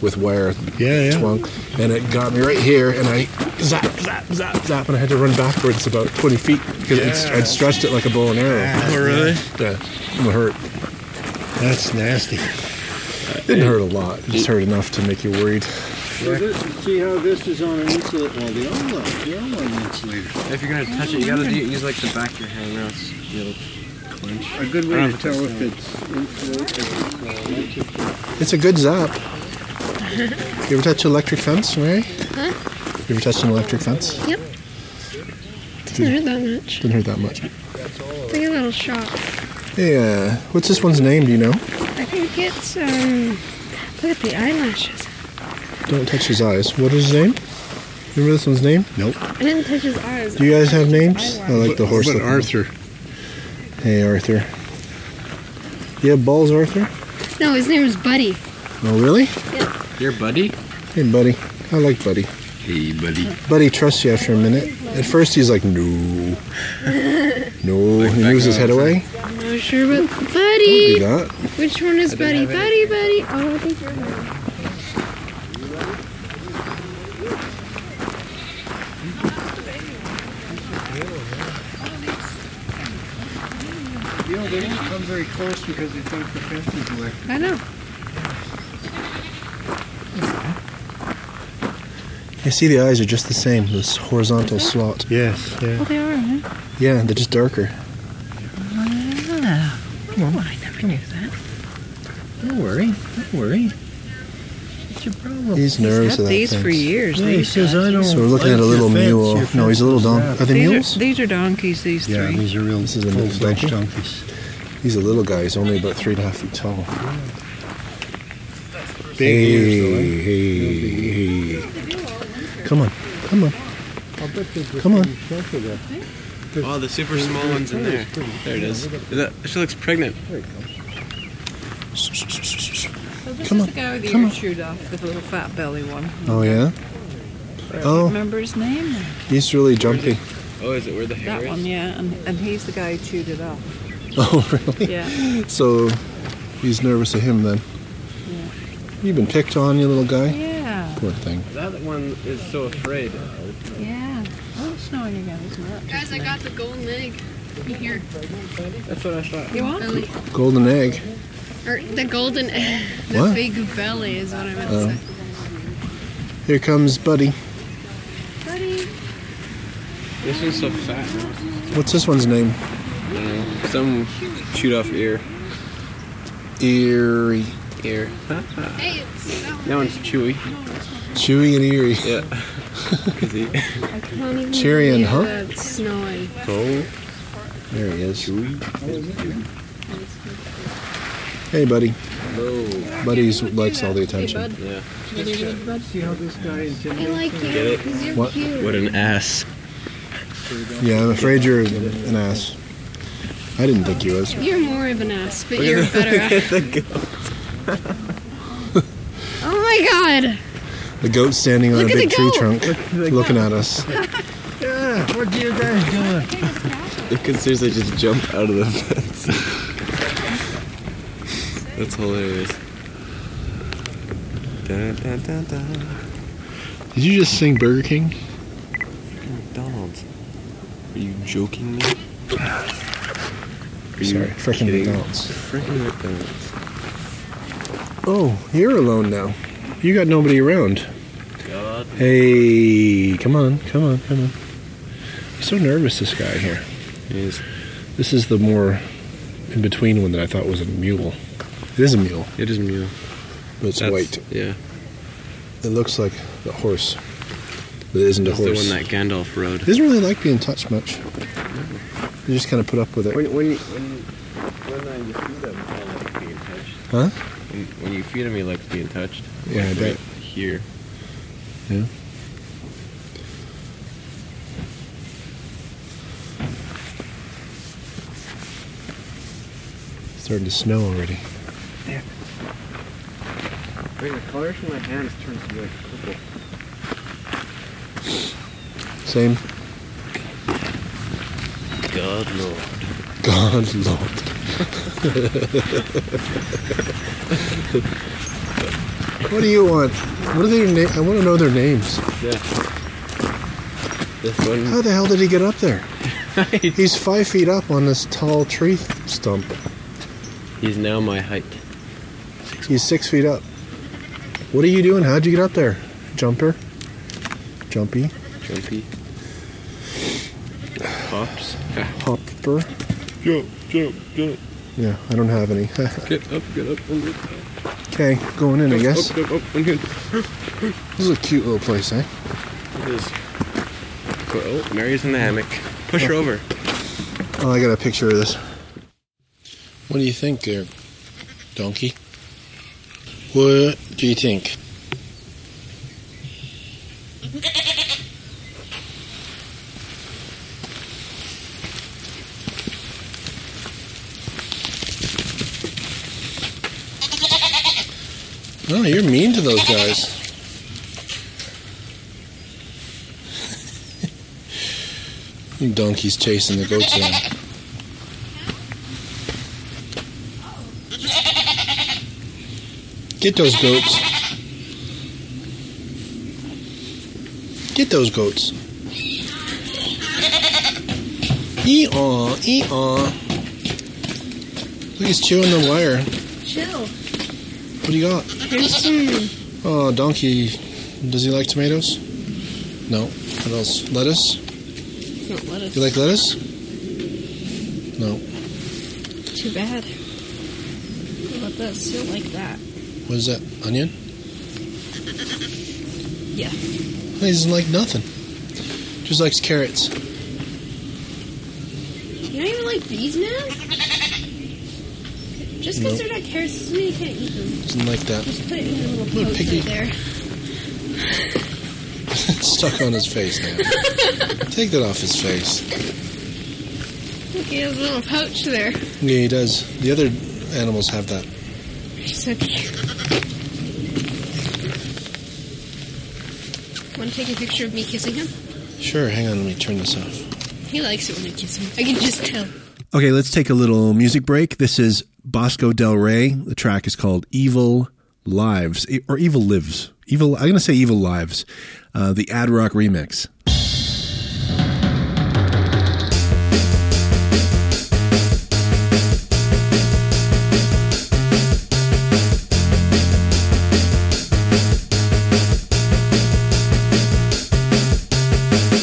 [SPEAKER 1] with wire
[SPEAKER 9] Yeah, yeah.
[SPEAKER 1] twung, and it got me right here, and I zap, zap, zap, zap, and I had to run backwards about 20 feet because
[SPEAKER 9] Yeah.
[SPEAKER 1] I'd stretched it like a bow and arrow.
[SPEAKER 9] Oh, really?
[SPEAKER 1] Yeah, it hurt.
[SPEAKER 9] That's nasty.
[SPEAKER 1] It didn't hurt a lot. It just hurt enough to make you worried.
[SPEAKER 9] see how this is on an insulator? Well, the old one, the old one insulator.
[SPEAKER 4] If you're gonna touch it, you gotta do, use like the back of your hand, or else you'll clench.
[SPEAKER 9] A good
[SPEAKER 4] way to tell
[SPEAKER 9] if it's insulated.
[SPEAKER 1] It's a good zap. You ever touch electric fence, Mary?
[SPEAKER 3] Huh?
[SPEAKER 1] You ever touched an electric fence?
[SPEAKER 3] Yep. Doesn't hurt that much.
[SPEAKER 1] Didn't hurt that much.
[SPEAKER 3] It's like a little shock.
[SPEAKER 1] Yeah. What's this one's name? Do you know?
[SPEAKER 3] I think it's um. Look at the eyelashes.
[SPEAKER 1] Don't touch his eyes. What is his name? Remember this one's name?
[SPEAKER 3] I didn't touch his eyes.
[SPEAKER 1] Do you guys have names? I like the horse.
[SPEAKER 9] But
[SPEAKER 1] looking-
[SPEAKER 9] Arthur,
[SPEAKER 1] Hey, Arthur. You have balls, Arthur?
[SPEAKER 3] No, his name was Buddy.
[SPEAKER 1] Oh, really?
[SPEAKER 4] Your buddy?
[SPEAKER 1] Hey, buddy. I like Buddy.
[SPEAKER 4] Hey, buddy.
[SPEAKER 1] Buddy trusts you after a minute. At first, he's like, no. No. He moves his head away.
[SPEAKER 3] I'm not sure about
[SPEAKER 1] Do
[SPEAKER 3] Buddy.
[SPEAKER 1] that.
[SPEAKER 3] Which one is Buddy? Buddy, Buddy. Oh, I think you're right.
[SPEAKER 9] you know, they don't come very close because they think the fence is electric.
[SPEAKER 6] I know.
[SPEAKER 1] You see, the eyes are just the same. This horizontal slot.
[SPEAKER 9] Yes, yeah.
[SPEAKER 6] Well, they are, huh?
[SPEAKER 1] Yeah, they're just darker.
[SPEAKER 6] Oh, I never knew that.
[SPEAKER 1] Don't worry. Don't worry.
[SPEAKER 9] What's your problem?
[SPEAKER 1] He's nervous of
[SPEAKER 6] Oh, He's had
[SPEAKER 1] that
[SPEAKER 6] these
[SPEAKER 1] fence.
[SPEAKER 6] for years.
[SPEAKER 9] Yeah, he
[SPEAKER 6] these
[SPEAKER 9] says,
[SPEAKER 6] guys.
[SPEAKER 9] I don't.
[SPEAKER 1] So we're looking
[SPEAKER 9] like
[SPEAKER 1] at a
[SPEAKER 9] your
[SPEAKER 1] little
[SPEAKER 9] fence,
[SPEAKER 1] mule.
[SPEAKER 9] your
[SPEAKER 1] No,
[SPEAKER 9] fence
[SPEAKER 1] he's a little
[SPEAKER 9] is
[SPEAKER 1] don.
[SPEAKER 9] bad."
[SPEAKER 1] Are they
[SPEAKER 6] These
[SPEAKER 1] mules?
[SPEAKER 6] are, these are donkeys, these
[SPEAKER 9] Yeah,
[SPEAKER 6] three.
[SPEAKER 9] these are real
[SPEAKER 1] This is a mule
[SPEAKER 9] full-fledged
[SPEAKER 1] donkey.
[SPEAKER 9] donkeys.
[SPEAKER 1] He's a little guy. He's only about three and a half feet tall.
[SPEAKER 9] Big ears, eh?
[SPEAKER 1] hey, hey. Come on, come on.
[SPEAKER 9] though. eh? I'll bet there's a
[SPEAKER 1] Come on.
[SPEAKER 9] thing shelter there.
[SPEAKER 4] Oh, the super small one's in there. There it is. Is that, she looks pregnant.
[SPEAKER 6] So this
[SPEAKER 1] Come
[SPEAKER 6] is
[SPEAKER 1] on,
[SPEAKER 6] the guy with the
[SPEAKER 1] come
[SPEAKER 6] ear
[SPEAKER 1] on.
[SPEAKER 6] chewed off with the little fat belly one.
[SPEAKER 1] Oh yeah,
[SPEAKER 6] I don't
[SPEAKER 1] Oh.
[SPEAKER 6] remember his name.
[SPEAKER 1] he's really jumpy.
[SPEAKER 4] Oh, is it where the hair
[SPEAKER 6] That
[SPEAKER 4] is?
[SPEAKER 6] one, yeah. And, and he's the guy who chewed it off.
[SPEAKER 1] Oh really?
[SPEAKER 6] Yeah.
[SPEAKER 1] So he's nervous of him then. You've been picked on, you little guy.
[SPEAKER 6] Yeah.
[SPEAKER 1] Poor thing.
[SPEAKER 4] That one is so afraid.
[SPEAKER 6] Yeah. Oh, it's snowing again, isn't it?
[SPEAKER 3] Guys, I got the golden egg. Here,
[SPEAKER 4] That's what I thought.
[SPEAKER 6] You want?
[SPEAKER 3] belly.
[SPEAKER 1] Golden egg.
[SPEAKER 3] Or the golden egg. The
[SPEAKER 1] What? Uh.
[SPEAKER 3] big belly is what I meant to say.
[SPEAKER 1] Here comes Buddy.
[SPEAKER 3] Buddy.
[SPEAKER 4] This one's so fat.
[SPEAKER 1] What's this one's name?
[SPEAKER 4] Some chewed off ear.
[SPEAKER 1] Eerie.
[SPEAKER 4] Ear.
[SPEAKER 3] Hey, it's that
[SPEAKER 4] That one's chewy.
[SPEAKER 1] Chewy and eerie.
[SPEAKER 4] Yeah. 'Cause he-
[SPEAKER 3] I can't even
[SPEAKER 1] Cheery and
[SPEAKER 3] believe
[SPEAKER 1] huh?
[SPEAKER 3] that It's uh, snowing.
[SPEAKER 1] There he is. Hey, buddy.
[SPEAKER 4] Oh,
[SPEAKER 1] Hello. Buddy likes all the attention.
[SPEAKER 4] yeah.
[SPEAKER 9] See how this guy is in
[SPEAKER 3] I like you
[SPEAKER 4] Get it?
[SPEAKER 3] because you're
[SPEAKER 1] What-
[SPEAKER 3] cute.
[SPEAKER 4] What an ass.
[SPEAKER 1] Yeah, I'm afraid you're an ass. I didn't think you was.
[SPEAKER 3] You're more of an ass, but you're a better ass. oh my god!
[SPEAKER 1] The goat standing on
[SPEAKER 3] Look
[SPEAKER 1] a
[SPEAKER 3] at
[SPEAKER 1] big
[SPEAKER 3] the
[SPEAKER 1] tree
[SPEAKER 3] goat.
[SPEAKER 1] trunk, looking at us.
[SPEAKER 9] Yeah, what do you guys doing?
[SPEAKER 4] It could seriously just jump out of the fence. That's hilarious. Dun, dun, dun, dun.
[SPEAKER 9] Did you just sing Burger King?
[SPEAKER 4] McDonald's. Are you joking me? Are you
[SPEAKER 1] Sorry, freaking
[SPEAKER 4] kidding?
[SPEAKER 1] McDonald's.
[SPEAKER 4] Freaking McDonald's.
[SPEAKER 1] Oh, you're alone now. You got nobody around.
[SPEAKER 4] God.
[SPEAKER 1] Hey, come on, come on, come on. I'm so nervous, this guy here.
[SPEAKER 4] Yes.
[SPEAKER 1] This is the more in between one that I thought was a mule. It is a mule,
[SPEAKER 4] It is mule.
[SPEAKER 1] but it's
[SPEAKER 4] That's-
[SPEAKER 1] white.
[SPEAKER 4] Yeah.
[SPEAKER 1] It looks like a horse. that isn't a
[SPEAKER 4] That's the
[SPEAKER 1] horse.
[SPEAKER 4] one that Gandalf rode.
[SPEAKER 1] Doesn't really like being touched much. They just kind of put up with it.
[SPEAKER 9] When, when, you, when, you- when uh, you feed him, I like being touched.
[SPEAKER 1] Huh?
[SPEAKER 4] When, when you feed him, he likes being touched.
[SPEAKER 1] Yeah, I
[SPEAKER 4] Like
[SPEAKER 1] bet.
[SPEAKER 4] right Here.
[SPEAKER 1] Yeah. It's starting to snow already.
[SPEAKER 9] I mean, the colors from my hands turns to like purple.
[SPEAKER 1] Same.
[SPEAKER 4] God no.
[SPEAKER 1] God Lord. what do you want? What are their names? I want to know their names.
[SPEAKER 4] This one.
[SPEAKER 1] How the hell did he get up there? He's five feet up on this tall tree stump.
[SPEAKER 4] He's now my height.
[SPEAKER 1] He's six feet up. What are you doing? How'd you get up there? Jumper? Jumpy?
[SPEAKER 4] Jumpy. Pops.
[SPEAKER 1] Hopper?
[SPEAKER 4] Jump, jump, jump.
[SPEAKER 1] Yeah, I don't have any.
[SPEAKER 4] Get up, get up, and get up.
[SPEAKER 1] okay, going in, I guess.
[SPEAKER 4] Up, up, up, and good.
[SPEAKER 1] This is a cute little place, eh?
[SPEAKER 4] It is. Go- Oh, Mary's in the hammock. Push her over.
[SPEAKER 1] Oh, I got a picture of this. What do you think there, donkey? What do you think? Oh, you're mean to those guys. You donkeys chasing the goats around. Get those goats. Get those goats. Ee-aw, ee-aw. Look, he's chewing the wire.
[SPEAKER 10] Chill.
[SPEAKER 1] What do you got?
[SPEAKER 10] Here's some.
[SPEAKER 1] Oh, donkey. Does he like tomatoes? No. What else? Lettuce?
[SPEAKER 6] Not lettuce.
[SPEAKER 1] You like lettuce? No.
[SPEAKER 10] Too bad. What about this? You'll like that.
[SPEAKER 1] What is that? Onion?
[SPEAKER 10] Yeah.
[SPEAKER 1] He doesn't like nothing. Just likes carrots.
[SPEAKER 10] You don't even like these now? Just because
[SPEAKER 1] Nope.
[SPEAKER 10] they're not carrots doesn't mean you can't eat them.
[SPEAKER 1] Doesn't like that.
[SPEAKER 10] Just put it in your little
[SPEAKER 1] Little
[SPEAKER 10] poke
[SPEAKER 1] piggy.
[SPEAKER 10] right there.
[SPEAKER 1] stuck on his face now. Take that off his face.
[SPEAKER 10] Look, he has a little pouch there.
[SPEAKER 1] Yeah, he does. The other animals have that.
[SPEAKER 10] So cute. Want to take a picture of me kissing him?
[SPEAKER 1] Sure, hang on, let me turn this off.
[SPEAKER 10] He likes it when I kiss him. I can just tell.
[SPEAKER 7] Okay, let's take a little music break. This is Bosco Del Rey. The track is called Evil Lives e- or Evil Lives. Evil, I'm going to say Evil Lives, uh, the Ad Rock remix.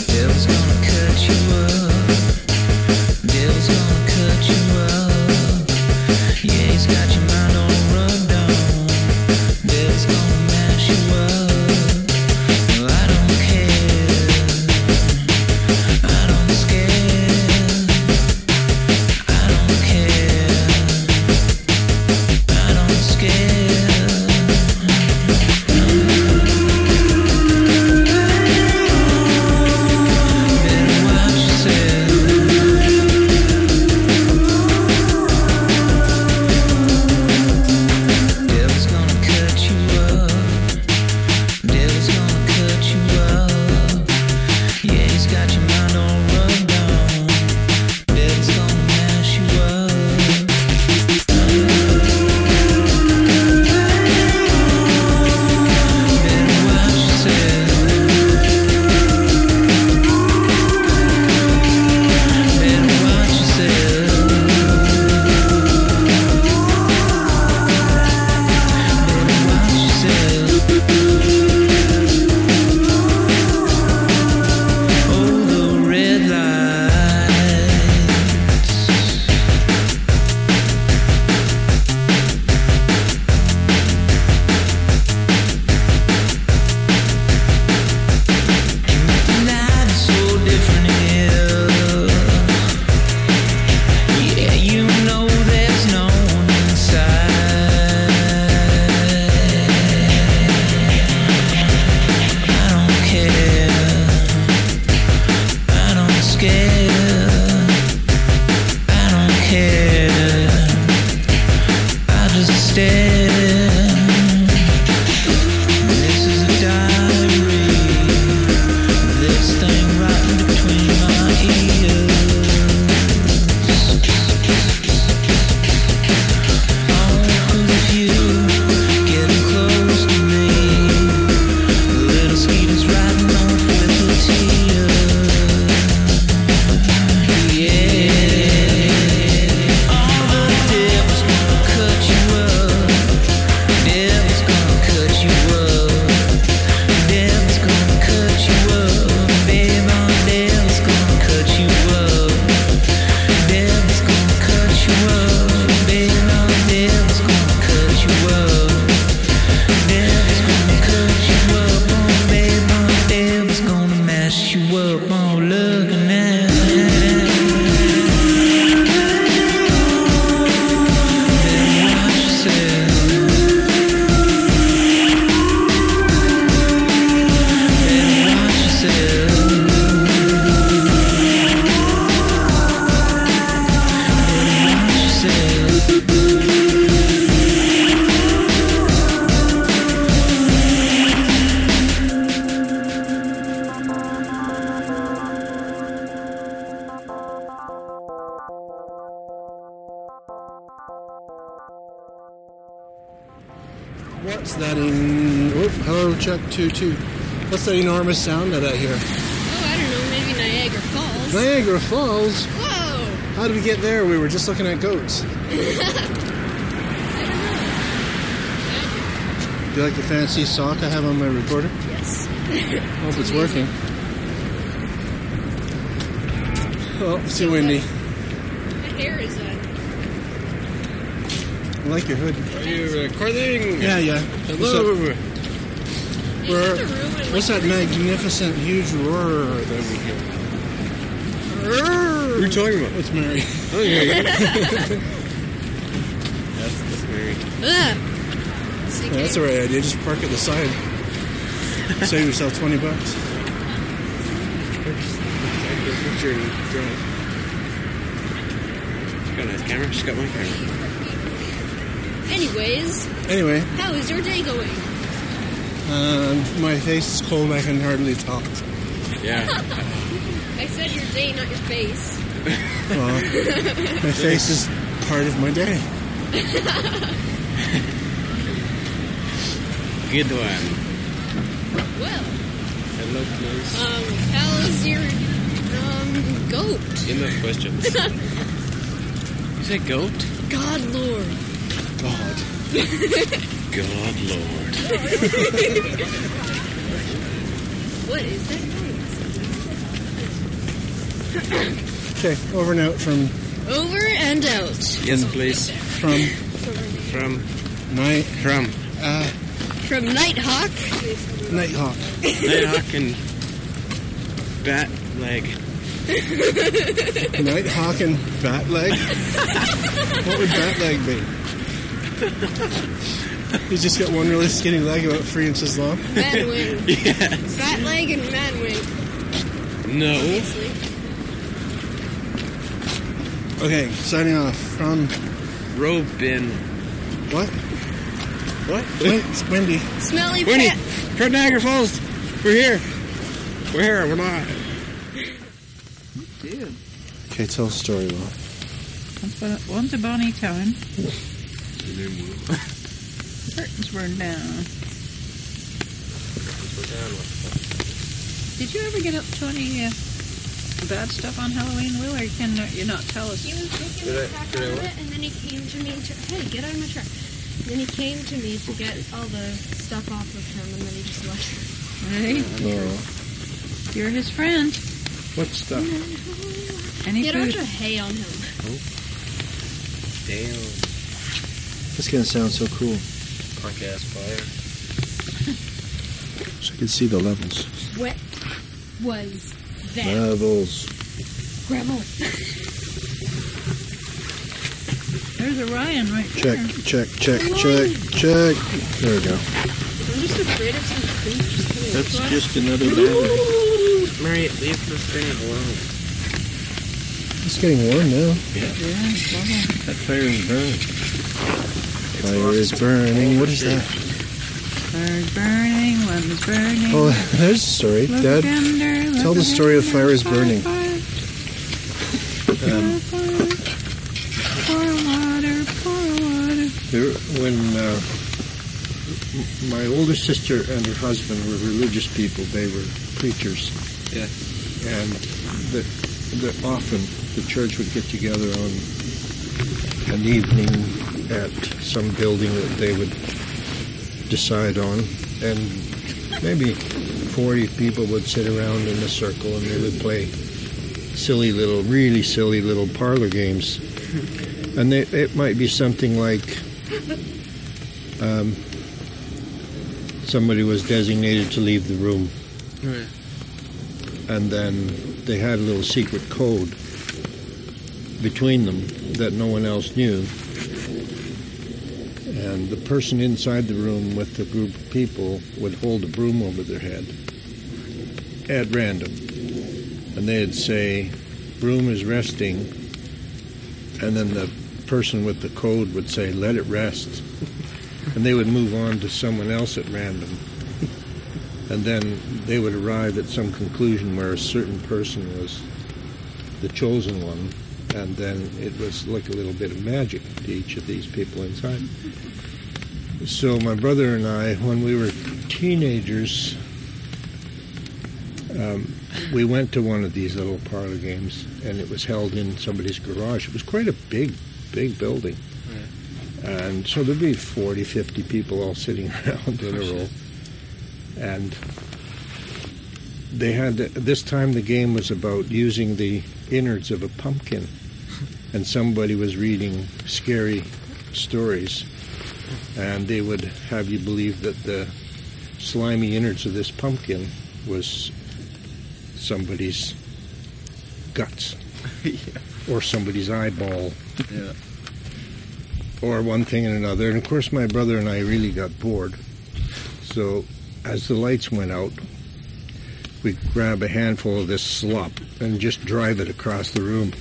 [SPEAKER 9] Devil's gonna cut you up. Devil's gonna cut you up. Yeah, he's got your mind all rubbed on. Devil's gonna mash you up. No, I don't care.
[SPEAKER 1] What's that? En- oh, hello, check two two. What's that enormous sound that I hear?
[SPEAKER 10] Oh, I don't know. Maybe Niagara Falls.
[SPEAKER 1] Niagara Falls.
[SPEAKER 10] Whoa!
[SPEAKER 1] How did we get there? We were just looking at goats.
[SPEAKER 10] I don't know.
[SPEAKER 1] Do you like the fancy sock I have on my recorder?
[SPEAKER 10] Yes.
[SPEAKER 1] Hope it's working. Oh, it's too windy.
[SPEAKER 10] My hair is on.
[SPEAKER 1] I like your hood.
[SPEAKER 4] Are you recording?
[SPEAKER 1] Yeah, yeah.
[SPEAKER 4] Hello.
[SPEAKER 1] What's We're-
[SPEAKER 10] Is this the room I
[SPEAKER 1] that, what's that magnificent, huge roar that we hear?
[SPEAKER 4] What are you talking about?
[SPEAKER 1] It's Mary.
[SPEAKER 4] Oh, yeah. that's, that's very.
[SPEAKER 10] Ugh. CK.
[SPEAKER 1] that's the right idea. Just park at the side. Save yourself twenty bucks.
[SPEAKER 4] Picture and drive. She's got a nice camera. She's got my camera.
[SPEAKER 10] Anyways,
[SPEAKER 1] Anyway,
[SPEAKER 10] how is your day going?
[SPEAKER 1] um, my face is cold. I can hardly talk.
[SPEAKER 4] Yeah.
[SPEAKER 10] I said your day, not your face.
[SPEAKER 1] Well, my face is part of my day.
[SPEAKER 4] Good one.
[SPEAKER 10] Well,
[SPEAKER 4] Hello, close.
[SPEAKER 10] um, how's your um goat?
[SPEAKER 4] Enough questions. Is it goat?
[SPEAKER 10] God Lord.
[SPEAKER 1] God.
[SPEAKER 4] God Lord.
[SPEAKER 10] What is that noise?
[SPEAKER 1] Okay, over and out from
[SPEAKER 10] Over and out.
[SPEAKER 4] Yes, please.
[SPEAKER 1] from
[SPEAKER 4] From.
[SPEAKER 1] night
[SPEAKER 4] From.
[SPEAKER 10] From Nighthawk.
[SPEAKER 1] nighthawk.
[SPEAKER 4] Nighthawk and. Bat leg.
[SPEAKER 1] Nighthawk and bat leg. what would bat leg be? He's just got one really skinny leg, about three inches long.
[SPEAKER 10] Manwing. yes. Fat leg and manwing,
[SPEAKER 4] No.
[SPEAKER 10] obviously.
[SPEAKER 1] Okay, signing off from
[SPEAKER 4] Robin.
[SPEAKER 1] what?
[SPEAKER 4] What?
[SPEAKER 1] Wait, it's windy.
[SPEAKER 10] Smelly
[SPEAKER 4] Winnie,
[SPEAKER 10] fat.
[SPEAKER 4] from Niagara Falls. We're here. We're here. We're not.
[SPEAKER 6] Dude,
[SPEAKER 1] Okay, tell a story, Will.
[SPEAKER 6] once upon a- once upon a time, curtains were down. Did you ever get up to any uh, bad stuff on Halloween, Will, or can you not tell us?
[SPEAKER 3] He was making me crack out of it, and then he came to me to, hey, get out of my truck. And then he came to me to get all the stuff off of him, and then he just left.
[SPEAKER 6] Hey, you're his friend.
[SPEAKER 7] What stuff?
[SPEAKER 6] Any
[SPEAKER 3] Get a bunch
[SPEAKER 6] food?
[SPEAKER 3] of hay on him.
[SPEAKER 4] Damn.
[SPEAKER 1] This gonna sound so cool.
[SPEAKER 4] Punk ass fire.
[SPEAKER 1] So I can see the levels.
[SPEAKER 3] What was that?
[SPEAKER 1] Levels.
[SPEAKER 3] Gravel.
[SPEAKER 6] There's Orion right
[SPEAKER 1] Check,
[SPEAKER 6] there.
[SPEAKER 1] check, check, check, check. There we go. Oh,
[SPEAKER 10] I'm just afraid of some creatures.
[SPEAKER 1] That's just another battery.
[SPEAKER 4] Mary, leave this thing alone.
[SPEAKER 1] It's getting warm now.
[SPEAKER 6] Yeah,
[SPEAKER 1] That fire is burning. Fire is burning. What is that?
[SPEAKER 6] Fire's burning, lemon's burning.
[SPEAKER 1] Oh, there's a story.
[SPEAKER 6] Look
[SPEAKER 1] Dad,
[SPEAKER 6] yonder,
[SPEAKER 1] tell
[SPEAKER 6] look
[SPEAKER 1] the story of
[SPEAKER 6] yonder,
[SPEAKER 1] fire is burning. Um,
[SPEAKER 6] Fire, fire, fire. Pour water, pour water.
[SPEAKER 7] There, when uh, m- my older sister and her husband were religious people, they were preachers.
[SPEAKER 4] Yeah.
[SPEAKER 7] And the, the, often the church would get together on an evening at some building that they would decide on, and maybe 40 people would sit around in a circle and they would play silly little, really silly little parlor games. And they, it might be something like um, somebody was designated to leave the room.
[SPEAKER 4] Right.
[SPEAKER 7] And then they had a little secret code between them that no one else knew. And the person inside the room with the group of people would hold a broom over their head at random. And they'd say, Broom is resting. And then the person with the code would say, Let it rest and they would move on to someone else at random. And then they would arrive at some conclusion where a certain person was the chosen one, and then it was like a little bit of magic to each of these people inside.
[SPEAKER 9] So my brother and I, when we were teenagers, um, we went to one of these little parlor games, and it was held in somebody's garage. It was quite a big, big building. And so there'd be 40, 50 people all sitting around in a row. And they had, this time the game was about using the innards of a pumpkin. And somebody was reading scary stories. And they would have you believe that the slimy innards of this pumpkin was somebody's guts or somebody's eyeball
[SPEAKER 11] Yeah.
[SPEAKER 9] or one thing and another. And of course, my brother and I really got bored. So, as the lights went out, we grab a handful of this slop and just drive it across the room.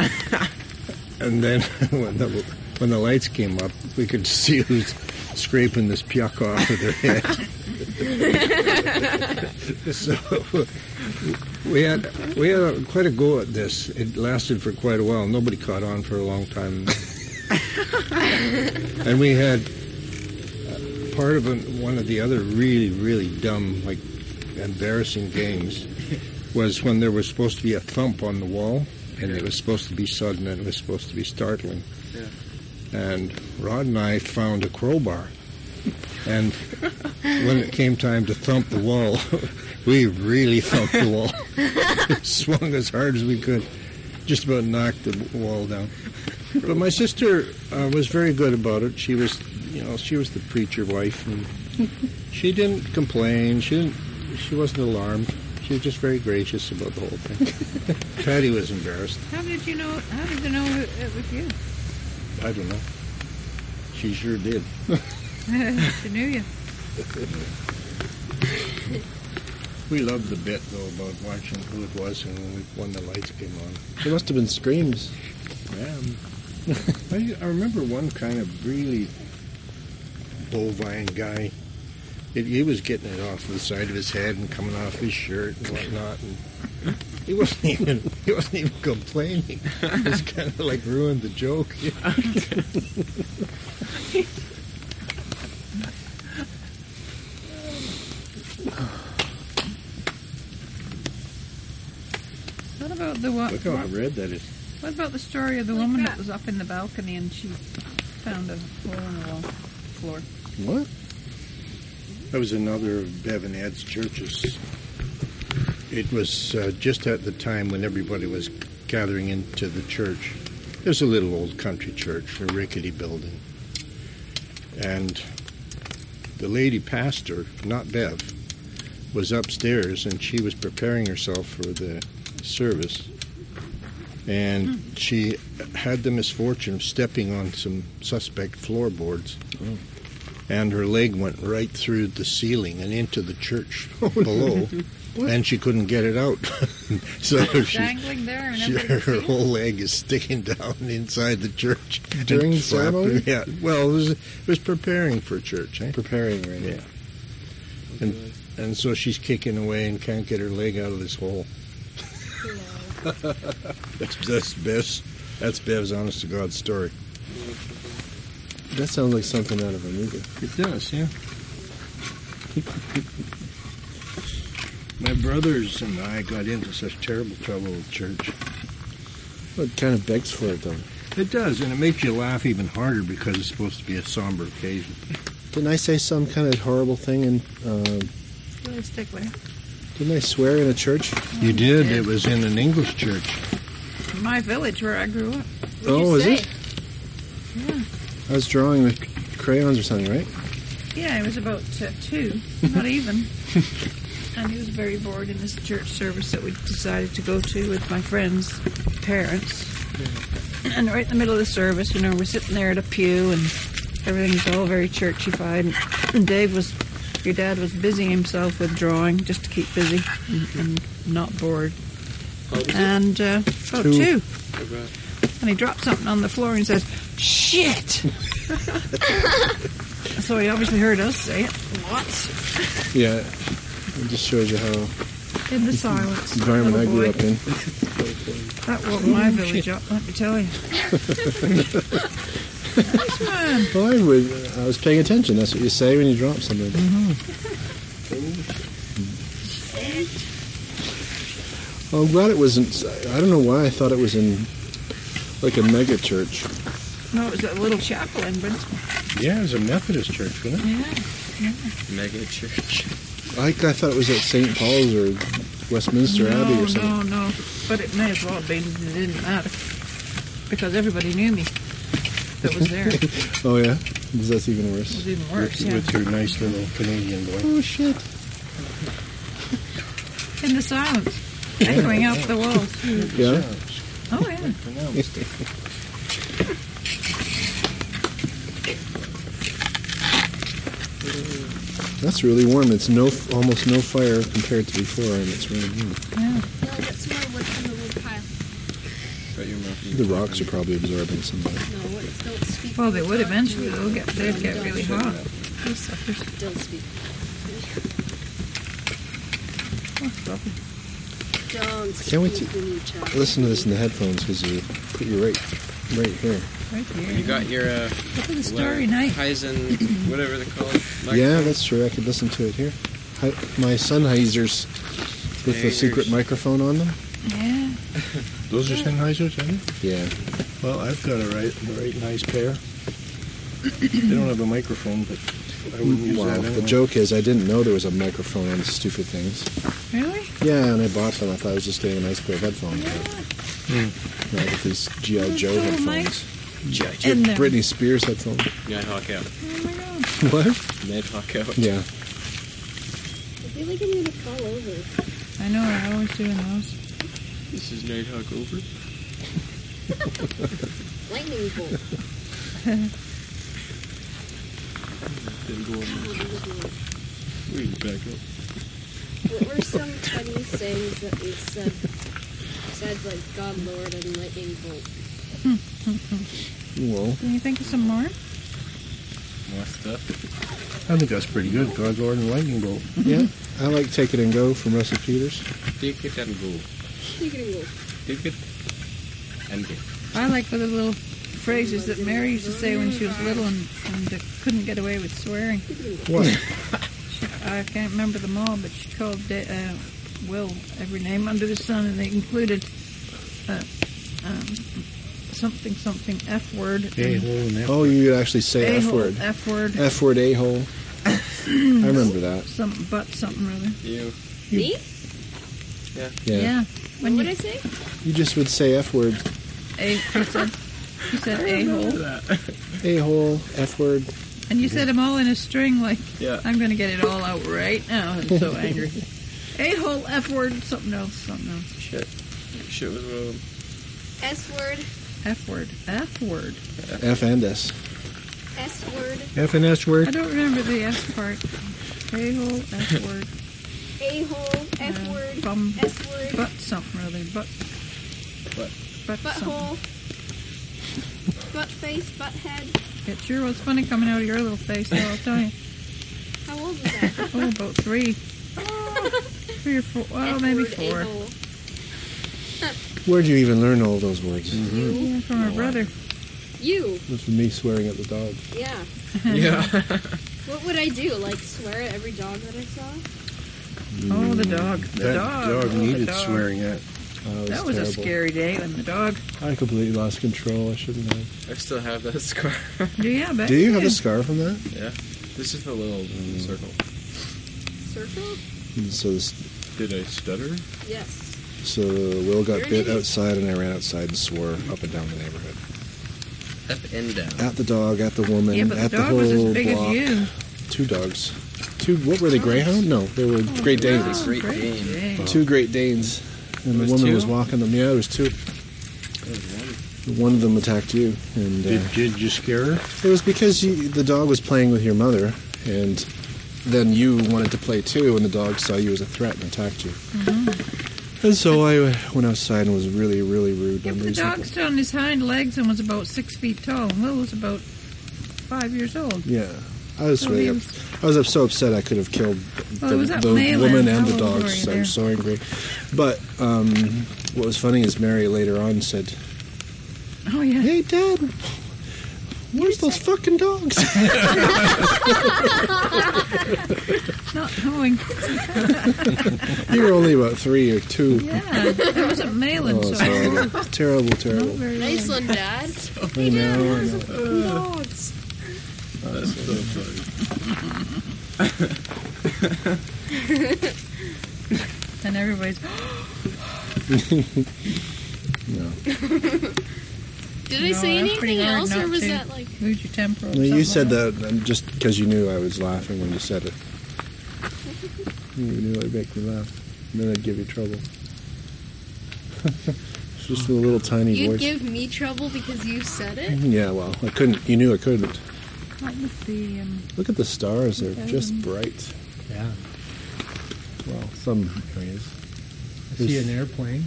[SPEAKER 9] and then when the, when the lights came up, we could see who's scraping this pyuk off of their head. so we had we had a, quite a go at this. It lasted for quite a while. Nobody caught on for a long time, and we had uh, part of an, one of the other really really dumb, like embarrassing games was when there was supposed to be a thump on the wall, and it was supposed to be sudden and it was supposed to be startling. And Rod and I found a crowbar. And when it came time to thump the wall, we really thumped the wall. Swung as hard as we could. Just about knocked the wall down. But my sister uh, was very good about it. She was, you know, she was the preacher wife, and she didn't complain. She didn't. She wasn't alarmed. She was just very gracious about the whole thing. Patty was embarrassed.
[SPEAKER 6] How did you know? How did they know it, it was you?
[SPEAKER 9] I don't know. She sure did.
[SPEAKER 6] she knew you.
[SPEAKER 9] We loved the bit though about watching who it was and when, we, when the lights came on.
[SPEAKER 1] There must have been screams.
[SPEAKER 9] Yeah. I, I remember one kind of really bovine guy. It, he was getting it off the side of his head and coming off his shirt and whatnot. And he wasn't even he wasn't even complaining. It was kind of like ruined the joke. you know.
[SPEAKER 6] What about the what?
[SPEAKER 9] Look how red that is.
[SPEAKER 6] What about the story of the woman that was up in the balcony and she found a hole in the wall floor?
[SPEAKER 9] What? That was another of Bev and Ed's churches. It was uh, just at the time when everybody was gathering into the church. It was a little old country church, a rickety building. And the lady pastor, not Bev, was upstairs and she was preparing herself for the service. And she had the misfortune of stepping on some suspect floorboards and her leg went right through the ceiling and into the church below, and she couldn't get it out. so she,
[SPEAKER 6] Dangling there and
[SPEAKER 9] she,
[SPEAKER 6] everything.
[SPEAKER 9] her whole leg is sticking down inside the church
[SPEAKER 1] During the
[SPEAKER 9] Flap-
[SPEAKER 1] ceremony?
[SPEAKER 9] Yeah, well, it was, it was preparing for church, eh?
[SPEAKER 1] Preparing right
[SPEAKER 9] Yeah. And and so she's kicking away and can't get her leg out of this hole. that's that's Bev's that's Bev's honest to God story.
[SPEAKER 1] That sounds like something out of a movie.
[SPEAKER 9] It does, yeah. My brothers and I got into such terrible trouble with church.
[SPEAKER 1] Well, it kind of begs for it, though.
[SPEAKER 9] It does, and it makes you laugh even harder because it's supposed to be a somber occasion.
[SPEAKER 1] Didn't I say some kind of horrible thing? And uh,
[SPEAKER 6] Really stickler.
[SPEAKER 1] didn't I swear in a church?
[SPEAKER 9] You did. It was in an English church.
[SPEAKER 6] My village where I grew up.
[SPEAKER 1] oh, is
[SPEAKER 3] say?
[SPEAKER 1] it? I was drawing with crayons or something, right?
[SPEAKER 6] Yeah, I was about uh, two, not even. and he was very bored in this church service that we decided to go to with my friend's parents. And right in the middle of the service, you know, we're sitting there at a pew and everything's all very churchified. And Dave was, your dad was busying himself with drawing just to keep busy and, and not bored. And uh, about
[SPEAKER 1] Two.
[SPEAKER 6] two. And he dropped something on the floor and he says, Shit! So he obviously heard us say it. What?
[SPEAKER 1] Yeah. It just shows you how
[SPEAKER 6] In the silence.
[SPEAKER 1] environment
[SPEAKER 6] Oh,
[SPEAKER 1] I grew
[SPEAKER 6] boy.
[SPEAKER 1] up in.
[SPEAKER 6] That woke my village up, let me tell you. Nice one.
[SPEAKER 1] Well, I, would, I was paying attention. That's what you say when you drop something. Well, I'm glad it wasn't. I don't know why I thought it was in like a mega church.
[SPEAKER 6] No, it was that little chapel in Brisbane.
[SPEAKER 9] Yeah, it was a Methodist church, wasn't it?
[SPEAKER 6] Yeah.
[SPEAKER 4] Mega church.
[SPEAKER 1] Like I thought it was at St. Paul's or Westminster Abbey
[SPEAKER 6] no,
[SPEAKER 1] or something.
[SPEAKER 6] no, no. But it may as well have been. It didn't matter. Because everybody knew me. It was there. It
[SPEAKER 1] Oh yeah, that's even worse.
[SPEAKER 6] was even worse. Yeah.
[SPEAKER 9] With your nice little Canadian boy.
[SPEAKER 1] Oh shit!
[SPEAKER 6] In the silence. Echoing off the walls.
[SPEAKER 1] Yeah.
[SPEAKER 6] Oh, yeah.
[SPEAKER 1] That's really warm. It's no, almost no fire compared to before, and it's really warm.
[SPEAKER 6] yeah.
[SPEAKER 10] They'll get some more wood from the wood pile.
[SPEAKER 1] The rocks are probably absorbing some of it.
[SPEAKER 10] No, what, don't speak.
[SPEAKER 6] Well, they would eventually. They'll get, they'd get really hot. These suckers.
[SPEAKER 10] Don't speak. Don't speak.
[SPEAKER 1] Can't wait to-
[SPEAKER 10] when you talk.
[SPEAKER 1] Listen to this in the headphones because you put you right, right here.
[SPEAKER 6] Right
[SPEAKER 4] You
[SPEAKER 6] here.
[SPEAKER 4] got your uh,
[SPEAKER 6] Look at the
[SPEAKER 4] what-
[SPEAKER 6] starry night.
[SPEAKER 4] Heisen, whatever they're called.
[SPEAKER 1] Yeah,
[SPEAKER 4] microphone.
[SPEAKER 1] that's true. I could listen to it here. Hi, my Sennheisers with the
[SPEAKER 4] Sennheisers.
[SPEAKER 1] secret microphone on them.
[SPEAKER 6] Yeah.
[SPEAKER 9] Those are Sennheisers, aren't they?
[SPEAKER 1] Yeah.
[SPEAKER 9] Well, I've got a right, a right nice pair. they don't have a microphone, but I wouldn't use
[SPEAKER 1] Wow.
[SPEAKER 9] that anyway.
[SPEAKER 1] The joke is, I didn't know there was a microphone on stupid things.
[SPEAKER 6] Really?
[SPEAKER 1] Yeah, and I bought them. I thought I was just getting a nice pair of headphones. but- No, I got these GI Joe
[SPEAKER 6] cool,
[SPEAKER 1] headphones.
[SPEAKER 4] Yeah,
[SPEAKER 6] In there.
[SPEAKER 1] Britney Spears headphones.
[SPEAKER 4] Nighthawk out.
[SPEAKER 6] Oh, my God.
[SPEAKER 1] What?
[SPEAKER 4] Nighthawk out.
[SPEAKER 1] Yeah.
[SPEAKER 10] I feel like I'm gonna fall over.
[SPEAKER 6] I know. I always doing those.
[SPEAKER 4] This is Nighthawk over.
[SPEAKER 10] Lightning bolt.
[SPEAKER 4] Then go on. We can back up.
[SPEAKER 10] What were some funny sayings that we've said? Said like God, Lord, and lightning bolt.
[SPEAKER 1] Well,
[SPEAKER 6] Can you think of some more?
[SPEAKER 4] More stuff.
[SPEAKER 9] I think that's pretty good. God, Lord, and Lightning Bolt.
[SPEAKER 1] yeah. I like Take It and Go from Russell Peters.
[SPEAKER 4] Take it and go.
[SPEAKER 10] You can go.
[SPEAKER 4] Take it and go.
[SPEAKER 6] I like the little phrases that Mary used to say when she was little and, and couldn't get away with swearing.
[SPEAKER 1] What?
[SPEAKER 6] I can't remember them all, but she called da- uh, Will every name under the sun, and they included uh, um, something something F word. and
[SPEAKER 9] Hey, hole in that.
[SPEAKER 1] Oh, you could actually say F
[SPEAKER 6] A-hole,
[SPEAKER 1] word.
[SPEAKER 6] F word.
[SPEAKER 1] F word, a hole. I remember that.
[SPEAKER 6] Something but something really.
[SPEAKER 4] You.
[SPEAKER 10] Me?
[SPEAKER 1] Yeah.
[SPEAKER 6] When
[SPEAKER 10] what
[SPEAKER 6] you,
[SPEAKER 10] did I say?
[SPEAKER 1] You just would say F word,
[SPEAKER 6] a, she said, she said a hole,
[SPEAKER 1] a hole, F word.
[SPEAKER 6] and you said them all in a string. Like
[SPEAKER 4] Yeah.
[SPEAKER 6] I'm going to get it all out right now. I'm so angry. A hole, F word, something else, something else.
[SPEAKER 4] Shit. Shit was wrong.
[SPEAKER 10] S word.
[SPEAKER 6] F word, F word.
[SPEAKER 1] F and S.
[SPEAKER 10] S word.
[SPEAKER 9] F and S
[SPEAKER 6] I
[SPEAKER 9] word.
[SPEAKER 6] don't remember the F part. A hole, F word.
[SPEAKER 10] A hole.
[SPEAKER 3] Uh,
[SPEAKER 10] F word.
[SPEAKER 6] Bum.
[SPEAKER 10] S word.
[SPEAKER 6] Butt something rather. Butt.
[SPEAKER 4] Butt.
[SPEAKER 6] Butt something.
[SPEAKER 10] Butthole. Butt face. Butt head.
[SPEAKER 6] It sure was funny coming out of your little face, though, I'll tell you.
[SPEAKER 10] How old was that?
[SPEAKER 6] Oh, about three. Three or four. Well,
[SPEAKER 10] F
[SPEAKER 6] maybe
[SPEAKER 10] word,
[SPEAKER 6] four.
[SPEAKER 10] A-hole.
[SPEAKER 1] Where'd you even learn all those words?
[SPEAKER 6] Yeah, from her brother.
[SPEAKER 10] You.
[SPEAKER 1] With me swearing at the dog.
[SPEAKER 10] Yeah.
[SPEAKER 4] Yeah.
[SPEAKER 10] What would I do? Like swear at every dog that I saw?
[SPEAKER 6] Oh, the dog. The
[SPEAKER 9] That
[SPEAKER 6] dog.
[SPEAKER 9] dog
[SPEAKER 6] Oh, the
[SPEAKER 9] needed
[SPEAKER 6] dog.
[SPEAKER 9] swearing at.
[SPEAKER 1] Oh,
[SPEAKER 6] That was a
[SPEAKER 1] terrible.
[SPEAKER 6] scary day when the dog.
[SPEAKER 1] I completely lost control. I shouldn't have.
[SPEAKER 4] I still have that scar.
[SPEAKER 6] Yeah, but
[SPEAKER 1] Do you have a scar from that?
[SPEAKER 4] This is the little circle.
[SPEAKER 10] Circle?
[SPEAKER 1] So, this,
[SPEAKER 4] Did I stutter?
[SPEAKER 10] Yes.
[SPEAKER 1] so Will got
[SPEAKER 10] You're an
[SPEAKER 1] bit
[SPEAKER 10] idiot.
[SPEAKER 1] outside, and I ran outside and swore up and down the neighborhood.
[SPEAKER 4] Up and down.
[SPEAKER 1] At the dog, at the woman,
[SPEAKER 6] Yeah, but the
[SPEAKER 1] at the,
[SPEAKER 6] dog
[SPEAKER 1] whole
[SPEAKER 6] was as big
[SPEAKER 1] block.
[SPEAKER 6] as you.
[SPEAKER 1] Two dogs. Two. What were they? Greyhound? No, they were
[SPEAKER 6] Oh.
[SPEAKER 1] Great Danes.
[SPEAKER 4] Great
[SPEAKER 6] Great
[SPEAKER 4] game.
[SPEAKER 6] day.
[SPEAKER 1] Two Great Danes, and the
[SPEAKER 4] was
[SPEAKER 1] woman
[SPEAKER 4] two?
[SPEAKER 1] was walking them. Yeah, there was two. One of them attacked you, and uh,
[SPEAKER 9] Did, did you scare her?
[SPEAKER 1] it was because you, the dog was playing with your mother, and then you wanted to play too, and the dog saw you as a threat and attacked you. And so I went outside and was really, really rude.
[SPEAKER 6] Yeah,
[SPEAKER 1] and
[SPEAKER 6] but the
[SPEAKER 1] unreasonable.
[SPEAKER 6] dog stood on his hind legs and was about six feet tall. and Will was about five years old.
[SPEAKER 1] Yeah, I was
[SPEAKER 6] So
[SPEAKER 1] really.
[SPEAKER 6] he
[SPEAKER 1] Up,
[SPEAKER 6] was-
[SPEAKER 1] I was up so upset I could have killed
[SPEAKER 6] Well,
[SPEAKER 1] the,
[SPEAKER 6] it Oh, was that
[SPEAKER 1] the
[SPEAKER 6] Malin.
[SPEAKER 1] woman and
[SPEAKER 6] How
[SPEAKER 1] the
[SPEAKER 6] old
[SPEAKER 1] dog.
[SPEAKER 6] were you
[SPEAKER 1] So I was so angry. But um, what was funny is Mary later on said,
[SPEAKER 6] Oh yeah.
[SPEAKER 1] "Hey, Dad, Where's those fucking dogs?
[SPEAKER 6] Not knowing.
[SPEAKER 1] you were only about three or two.
[SPEAKER 6] Yeah, I wasn't mailing,
[SPEAKER 1] Oh,
[SPEAKER 6] so I didn't
[SPEAKER 1] sorry. terrible, terrible.
[SPEAKER 6] know very
[SPEAKER 3] Nice one, Dad.
[SPEAKER 1] I know, I know.
[SPEAKER 10] Dogs.
[SPEAKER 6] well. And everybody's. "Oh,
[SPEAKER 3] Did I
[SPEAKER 6] No,
[SPEAKER 3] say
[SPEAKER 6] that's pretty
[SPEAKER 3] anything
[SPEAKER 6] hard
[SPEAKER 3] else, or
[SPEAKER 6] not
[SPEAKER 3] was
[SPEAKER 6] to.
[SPEAKER 3] that like?
[SPEAKER 6] Lose your temper. or
[SPEAKER 1] No, you
[SPEAKER 6] something
[SPEAKER 1] said
[SPEAKER 6] like
[SPEAKER 1] that um, just because you knew I was laughing when you said it. You knew I'd make me laugh. And then I'd give you trouble. it's just a little tiny
[SPEAKER 3] You'd
[SPEAKER 1] voice.
[SPEAKER 3] give me trouble because you said it.
[SPEAKER 1] yeah, well, I couldn't. You knew I couldn't.
[SPEAKER 6] What was the um,
[SPEAKER 1] Look at the stars. They're just
[SPEAKER 6] Um,
[SPEAKER 1] bright.
[SPEAKER 11] Yeah.
[SPEAKER 1] Well, some areas.
[SPEAKER 11] I see an airplane.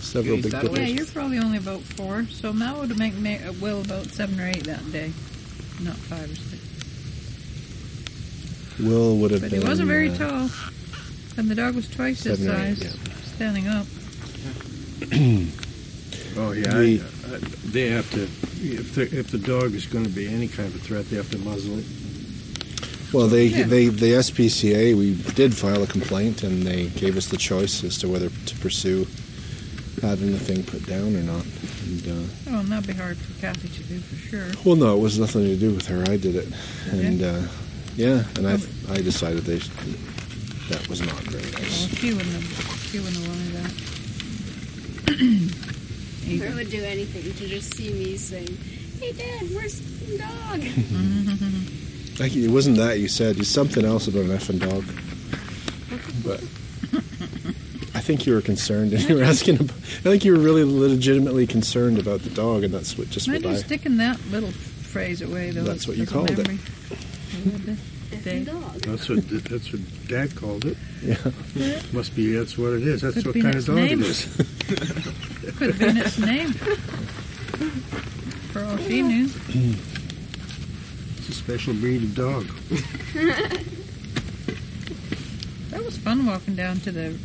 [SPEAKER 1] Several
[SPEAKER 12] Is
[SPEAKER 1] big
[SPEAKER 12] that what-
[SPEAKER 6] Yeah,
[SPEAKER 1] buildings.
[SPEAKER 6] you're probably only about four, so Mal would make me, uh, well about seven or eight that day, not five or six.
[SPEAKER 1] Will would have
[SPEAKER 6] But he
[SPEAKER 1] been.
[SPEAKER 6] wasn't very
[SPEAKER 1] uh,
[SPEAKER 6] tall, and the dog was twice his
[SPEAKER 1] seven or eight,
[SPEAKER 6] size, standing up.
[SPEAKER 9] Oh yeah,
[SPEAKER 1] We-
[SPEAKER 9] I, I, they have to. If the if the dog is going to be any kind of a threat, they have to muzzle it.
[SPEAKER 1] Well, they,
[SPEAKER 6] Yeah.
[SPEAKER 1] they the SPCA we did file a complaint, and they gave us the choice as to whether to pursue having the thing put down or not. And, uh,
[SPEAKER 6] Oh, and that'd be hard for Kathy to do for sure.
[SPEAKER 1] well, no, it was nothing to do with her. I did it, and uh, yeah, and I I decided they that was not very
[SPEAKER 6] Well,
[SPEAKER 1] nice.
[SPEAKER 6] she wouldn't have, she wouldn't have wanted that.
[SPEAKER 10] Mm-hmm.
[SPEAKER 3] I
[SPEAKER 6] Either.
[SPEAKER 3] would do anything to just see me saying, "Hey, Dad, where's the dog?"
[SPEAKER 1] Like, it wasn't that you said. It's something else about an effing dog. But I think you were concerned, and you were asking. About, I think you were really legitimately concerned about the dog, and that's what just what
[SPEAKER 6] Imagine
[SPEAKER 1] I.
[SPEAKER 6] sticking that little phrase away, though.
[SPEAKER 1] That's what you
[SPEAKER 6] little
[SPEAKER 1] called it.
[SPEAKER 6] memory.
[SPEAKER 3] Effing dog.
[SPEAKER 9] That's what that's what Dad called it.
[SPEAKER 1] Yeah.
[SPEAKER 9] Must be that's what it is. That's
[SPEAKER 6] Could
[SPEAKER 9] what
[SPEAKER 6] be
[SPEAKER 9] kind of
[SPEAKER 6] its
[SPEAKER 9] dog
[SPEAKER 6] name.
[SPEAKER 9] it is.
[SPEAKER 6] Could have been its name. For all she knew.
[SPEAKER 9] It's a special breed of dog.
[SPEAKER 6] That was fun walking down to the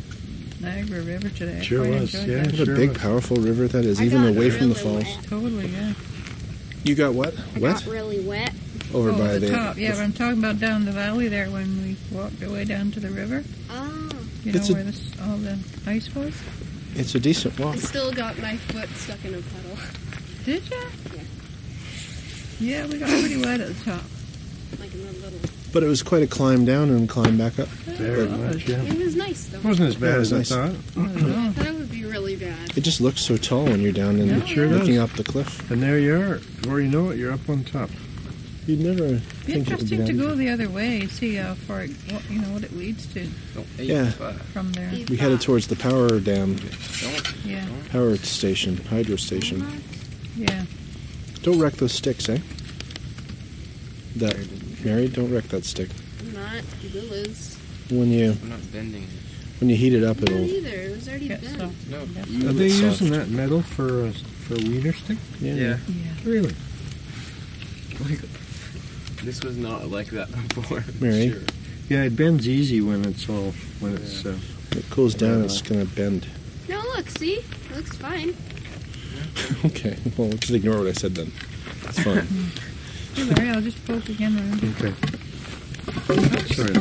[SPEAKER 6] Niagara River today. I
[SPEAKER 9] Sure
[SPEAKER 6] quite
[SPEAKER 9] was,
[SPEAKER 6] enjoyed
[SPEAKER 9] yeah.
[SPEAKER 6] that.
[SPEAKER 1] What a
[SPEAKER 9] Sure
[SPEAKER 1] big,
[SPEAKER 9] was.
[SPEAKER 1] powerful river that is,
[SPEAKER 3] I
[SPEAKER 1] even
[SPEAKER 3] got
[SPEAKER 1] away from the
[SPEAKER 3] really
[SPEAKER 1] falls.
[SPEAKER 3] wet.
[SPEAKER 6] Totally, yeah.
[SPEAKER 1] You got what?
[SPEAKER 3] I
[SPEAKER 1] What?
[SPEAKER 3] got really wet.
[SPEAKER 1] Over
[SPEAKER 6] oh,
[SPEAKER 1] by
[SPEAKER 6] the, top. Yeah, but I'm talking about down the valley there when we walked away down to the river.
[SPEAKER 3] Oh,
[SPEAKER 6] You
[SPEAKER 1] It's
[SPEAKER 6] know
[SPEAKER 1] a-
[SPEAKER 6] where this, all the ice was.
[SPEAKER 1] It's a decent walk.
[SPEAKER 3] I still got my foot stuck in a puddle.
[SPEAKER 6] Did ya? Yeah, we got pretty wet at the top.
[SPEAKER 3] Like in the little.
[SPEAKER 1] But it was quite a climb down and climb back up.
[SPEAKER 9] Very much. Yeah.
[SPEAKER 3] It was nice though.
[SPEAKER 9] Wasn't as bad
[SPEAKER 1] Yeah, it
[SPEAKER 9] as I
[SPEAKER 1] was
[SPEAKER 9] thought.
[SPEAKER 6] Oh,
[SPEAKER 3] That would be really bad.
[SPEAKER 1] It just looks so tall when you're down and
[SPEAKER 6] Yeah. It
[SPEAKER 9] sure
[SPEAKER 1] looking
[SPEAKER 9] does.
[SPEAKER 1] up the cliff.
[SPEAKER 9] And there you are. Before you know it, you're up on top.
[SPEAKER 1] You'd never
[SPEAKER 6] be
[SPEAKER 1] think it would be
[SPEAKER 6] interesting
[SPEAKER 1] down.
[SPEAKER 6] to go the other way and see how far, it, what, you know, what it leads to
[SPEAKER 1] Yeah.
[SPEAKER 6] from there.
[SPEAKER 1] We headed towards the power dam,
[SPEAKER 6] Yeah,
[SPEAKER 1] power station, hydro station.
[SPEAKER 6] yeah.
[SPEAKER 1] Don't wreck those sticks, eh? That Mary, don't wreck that stick.
[SPEAKER 3] I'm not Lila's.
[SPEAKER 1] When you
[SPEAKER 13] I'm not bending it.
[SPEAKER 1] when you heat it up,
[SPEAKER 3] Not
[SPEAKER 1] it'll
[SPEAKER 3] either. It was already
[SPEAKER 6] Get
[SPEAKER 3] bent.
[SPEAKER 6] soft.
[SPEAKER 13] No.
[SPEAKER 9] Are
[SPEAKER 1] Ooh,
[SPEAKER 9] they
[SPEAKER 1] it's
[SPEAKER 9] using
[SPEAKER 1] soft.
[SPEAKER 9] that metal for uh, for wiener stick?
[SPEAKER 1] yeah.
[SPEAKER 13] Yeah.
[SPEAKER 6] Yeah.
[SPEAKER 9] Really?
[SPEAKER 13] Like, this was not like that before.
[SPEAKER 1] Mary?
[SPEAKER 13] Sure.
[SPEAKER 9] Yeah, it bends easy when it's all when it's. Uh,
[SPEAKER 1] It cools down.
[SPEAKER 9] Yeah.
[SPEAKER 1] It's gonna bend.
[SPEAKER 3] No, look, see, it looks fine.
[SPEAKER 1] Okay. Well, just ignore what I said then. It's fine.
[SPEAKER 6] Hey, Larry, I'll just poke again. Larry.
[SPEAKER 9] okay. uh, Sorry.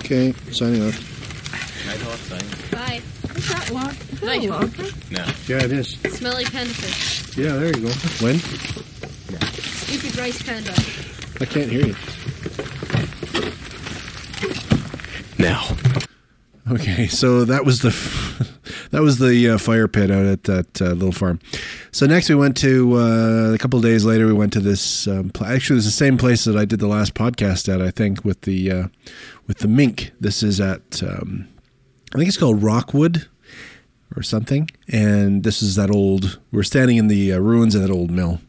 [SPEAKER 1] okay. Signing off.
[SPEAKER 13] Can I talk sign?
[SPEAKER 3] Bye.
[SPEAKER 6] Is that locked?
[SPEAKER 3] No, you won't.
[SPEAKER 9] Yeah, it is.
[SPEAKER 3] Smelly panda fish.
[SPEAKER 9] Yeah, there you go.
[SPEAKER 1] When?
[SPEAKER 3] Stupid rice panda.
[SPEAKER 1] I can't hear you.
[SPEAKER 13] Now.
[SPEAKER 7] Okay, so that was the that was the uh, fire pit out at that uh, little farm. So next we went to uh, a couple of days later we went to this um, pla actually it was the same place that I did the last podcast at I think with the uh, with the mink. This is at um, I think it's called Rockwood or something, and this is that old. We're standing in the uh, ruins of that old mill.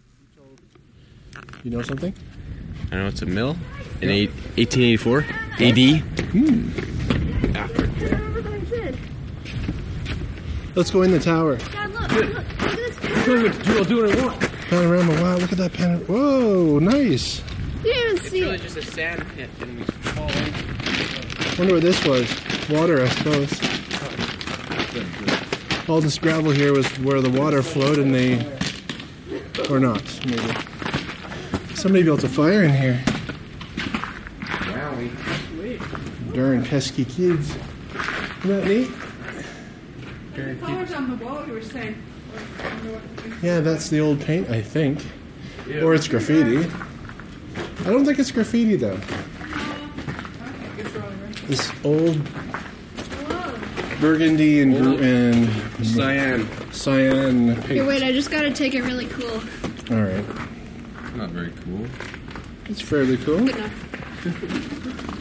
[SPEAKER 1] You know something?
[SPEAKER 13] I know it's a mill in eight, 1884 AD.
[SPEAKER 10] Everybody's in.
[SPEAKER 1] Let's go in the tower.
[SPEAKER 10] Dad, look, look, look at this
[SPEAKER 1] Panorama. Wow, look at that panorama. Whoa, nice.
[SPEAKER 3] You didn't even see it.
[SPEAKER 13] just a sand pit, and we fall
[SPEAKER 1] Wonder what this was. Water, I suppose. All this gravel here was where the water flowed, and they Or not, maybe. Somebody built a fire in here. Darn pesky kids. Isn't that neat?
[SPEAKER 6] The colors on the wall you were saying.
[SPEAKER 1] Yeah, that's the old paint, I think. Or it's graffiti. I don't think it's graffiti, though. This old burgundy and, gr- and
[SPEAKER 4] Cyan.
[SPEAKER 1] cyan
[SPEAKER 3] Here, wait,
[SPEAKER 1] paint.
[SPEAKER 3] I just gotta take it really cool.
[SPEAKER 1] All right.
[SPEAKER 4] Not very cool.
[SPEAKER 1] It's fairly cool.
[SPEAKER 3] But no.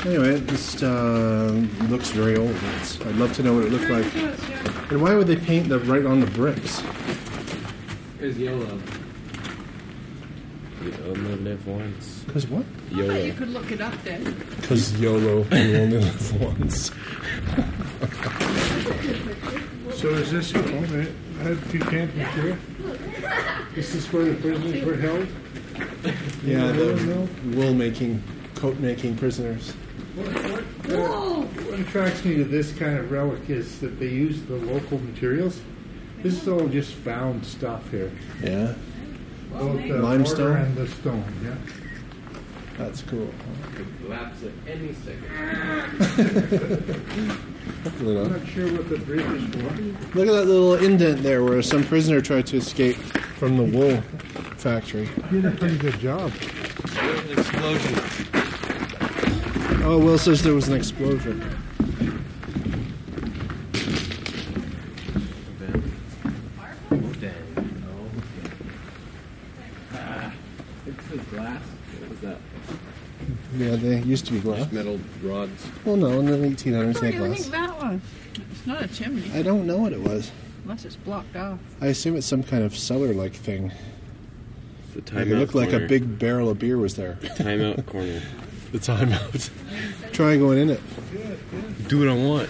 [SPEAKER 1] Anyway, it just uh, looks very old. It's, I'd love to know what it looked like. And why would they paint the right on the bricks?
[SPEAKER 12] It's yellow.
[SPEAKER 4] You only live once.
[SPEAKER 1] Because what?
[SPEAKER 4] YOLO.
[SPEAKER 6] could look it up then.
[SPEAKER 1] Because YOLO, you only live once.
[SPEAKER 9] So is this how they had Buchanan here? Is this where the prisoners were held?
[SPEAKER 1] Yeah, the wool making, coat making prisoners.
[SPEAKER 9] What attracts me to this kind of relic is that they use the local materials. This is all just found stuff here.
[SPEAKER 1] Yeah,
[SPEAKER 9] Both the
[SPEAKER 1] Limestone?
[SPEAKER 9] mortar and the stone, yeah.
[SPEAKER 1] that's cool.
[SPEAKER 4] Collapse at any second.
[SPEAKER 1] Look
[SPEAKER 9] I'm
[SPEAKER 1] at
[SPEAKER 9] not sure what the bridge is for.
[SPEAKER 1] that little indent there where some prisoner tried to escape from the wool factory.
[SPEAKER 9] Did a pretty good job.
[SPEAKER 4] There's an explosion.
[SPEAKER 1] Oh, Will says there was an explosion.
[SPEAKER 4] It's the glass. What was that?
[SPEAKER 1] Yeah, they used to be glass.
[SPEAKER 4] Metal rods.
[SPEAKER 1] Well, no, in the 1800s they had glass.
[SPEAKER 6] that one? It's not a chimney,
[SPEAKER 1] I don't know what it was.
[SPEAKER 6] unless it's blocked off.
[SPEAKER 1] I assume it's some kind of cellar-like thing.
[SPEAKER 4] It's the
[SPEAKER 1] Like
[SPEAKER 4] timeout.
[SPEAKER 1] it looked like
[SPEAKER 4] corner.
[SPEAKER 1] a big barrel of beer was there.
[SPEAKER 4] timeout corner.
[SPEAKER 1] The timeout. Try going in it.
[SPEAKER 4] Do what I want.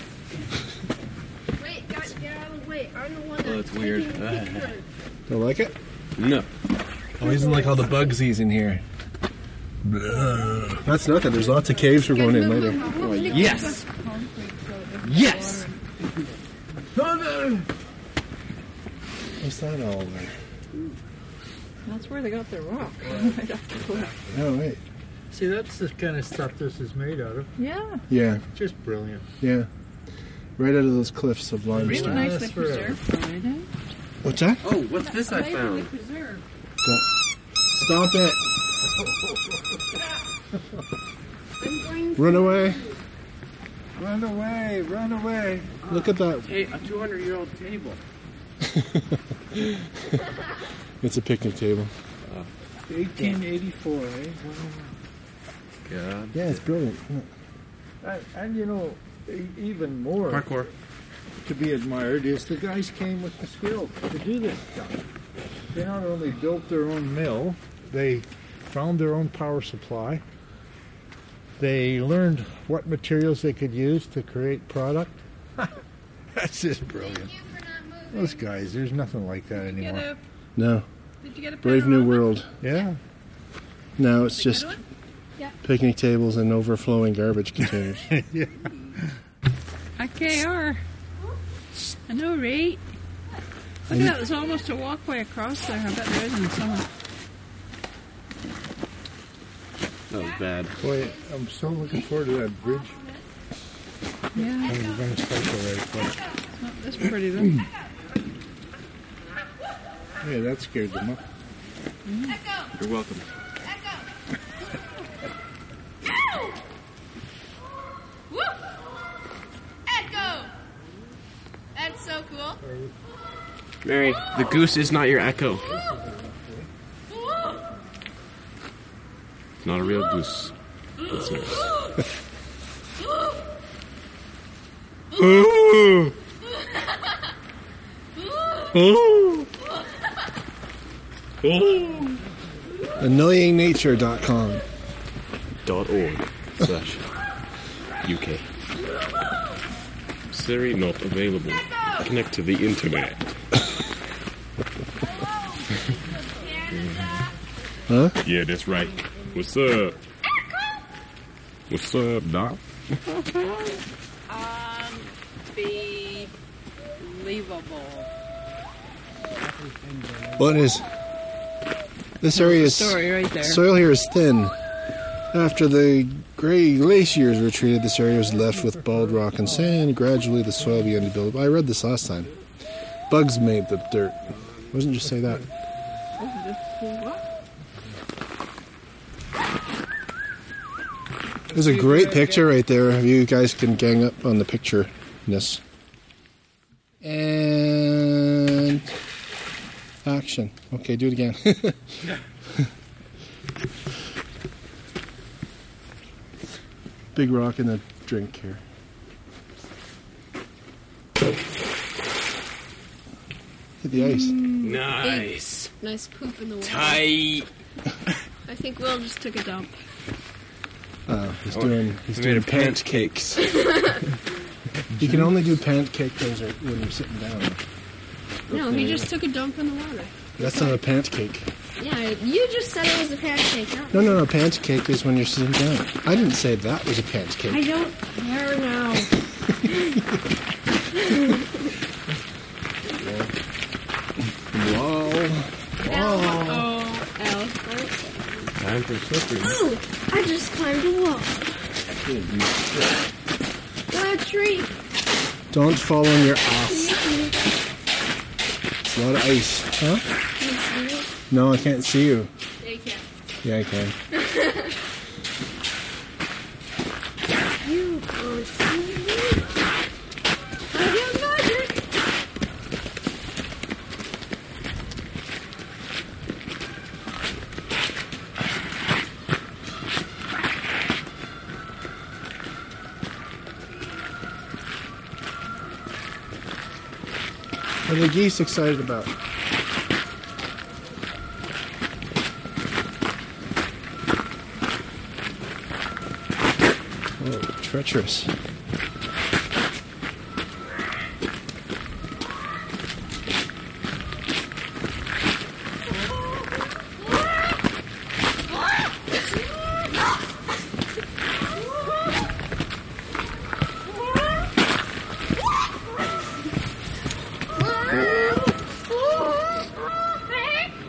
[SPEAKER 10] Wait, guys, get out of the way. I'm the one that's,
[SPEAKER 4] Oh, it's weird.
[SPEAKER 10] taking the picture.
[SPEAKER 1] Don't like it?
[SPEAKER 4] No.
[SPEAKER 1] Oh, he doesn't like all the bugsies in here. That's nothing. There's lots of caves we're going in later.
[SPEAKER 4] Yes. Yes.
[SPEAKER 1] What's that all there?
[SPEAKER 6] That's where they got their rock.
[SPEAKER 1] Oh, wait.
[SPEAKER 9] See, that's the kind of stuff this is made out of.
[SPEAKER 6] yeah,
[SPEAKER 1] Yeah,
[SPEAKER 9] Just brilliant.
[SPEAKER 1] yeah. Right out of those cliffs of
[SPEAKER 6] really
[SPEAKER 1] limestone.
[SPEAKER 6] nicely
[SPEAKER 9] for-
[SPEAKER 6] preserved. isn't it?
[SPEAKER 1] What's that?
[SPEAKER 4] Oh, what's this I found?
[SPEAKER 6] preserved.
[SPEAKER 1] Stop it! Run away!
[SPEAKER 9] Run away, run away.
[SPEAKER 1] Look at that.
[SPEAKER 4] Hey, a 200 year old table.
[SPEAKER 1] It's a picnic table.
[SPEAKER 9] 1884, eh?
[SPEAKER 4] God.
[SPEAKER 1] Yeah, it's brilliant. isn't
[SPEAKER 9] And, and you know, e- even more
[SPEAKER 4] Parkour.
[SPEAKER 9] to be admired is the guys came with the skill to do this stuff. They not only built their own mill, they found their own power supply. They learned what materials they could use to create product. That's just brilliant.
[SPEAKER 10] Thank you for not moving.
[SPEAKER 9] Those guys, there's nothing like that
[SPEAKER 6] Get
[SPEAKER 9] anymore.
[SPEAKER 6] a,
[SPEAKER 1] it? No.
[SPEAKER 6] did you get a
[SPEAKER 1] Brave New World.
[SPEAKER 9] Yeah.
[SPEAKER 1] Now it's just
[SPEAKER 6] one?
[SPEAKER 10] Yeah.
[SPEAKER 1] picnic tables and overflowing garbage containers.
[SPEAKER 6] IKR. I know, right? Look at that, there's almost a walkway across there. I bet there isn't someone.
[SPEAKER 4] That was bad.
[SPEAKER 9] Boy, I'm so looking forward to that bridge.
[SPEAKER 6] Yeah,
[SPEAKER 9] I'm going to cycle right quick.
[SPEAKER 6] not this pretty though.
[SPEAKER 9] Yeah, that scared them up.
[SPEAKER 10] Echo!
[SPEAKER 4] You're welcome.
[SPEAKER 10] Echo! Woo! Echo! That's so cool.
[SPEAKER 4] Mary, the goose is not your echo.
[SPEAKER 10] Woo!
[SPEAKER 4] It's not a real goose. It's nice. Oh. Oh.
[SPEAKER 1] AnnoyingNature.com.
[SPEAKER 4] Dot org slash UK. Siri not available. Connect to the internet.
[SPEAKER 1] Huh?
[SPEAKER 4] Yeah, that's right. What's up? What's up, Doc?
[SPEAKER 6] Unbelievable.
[SPEAKER 1] What is?
[SPEAKER 9] This area is
[SPEAKER 6] story right there.
[SPEAKER 9] soil here is thin. After the gray glaciers retreated, this area was left with bald rock and sand. Gradually, the soil began to build up. I read this last time. Bugs made the dirt. Wasn't just say that. There's a great picture right there. If you guys can gang up on the picture ness. And action. Okay, do it again. Big rock in the drink here. Hit the ice.
[SPEAKER 4] Nice.
[SPEAKER 3] Nice poop in the water.
[SPEAKER 4] Tight.
[SPEAKER 3] I think Will just took a dump.
[SPEAKER 9] Oh, he's doing. He's
[SPEAKER 4] We made
[SPEAKER 9] doing
[SPEAKER 4] a
[SPEAKER 9] pant.
[SPEAKER 4] pant cakes.
[SPEAKER 9] You can only do pancake those are- when you're sitting down.
[SPEAKER 3] No, he just took a dump in the water.
[SPEAKER 9] That's not a pancake.
[SPEAKER 10] Yeah, you just said it was a pancake. Not
[SPEAKER 9] No, no, no. Pancake is when you're sitting down. I didn't say that was a pancake.
[SPEAKER 10] I don't care now.
[SPEAKER 9] Whoa.
[SPEAKER 3] Oh, Al.
[SPEAKER 4] Time for slippery.
[SPEAKER 10] Ooh, I just climbed a wall. What a treat.
[SPEAKER 9] Don't fall on your ass. It's a lot of ice. Huh? No, I can't see you.
[SPEAKER 3] They can't.
[SPEAKER 9] Yeah, I can.
[SPEAKER 10] You can't see me. I got magic.
[SPEAKER 9] What are the geese excited about? Oh, treacherous.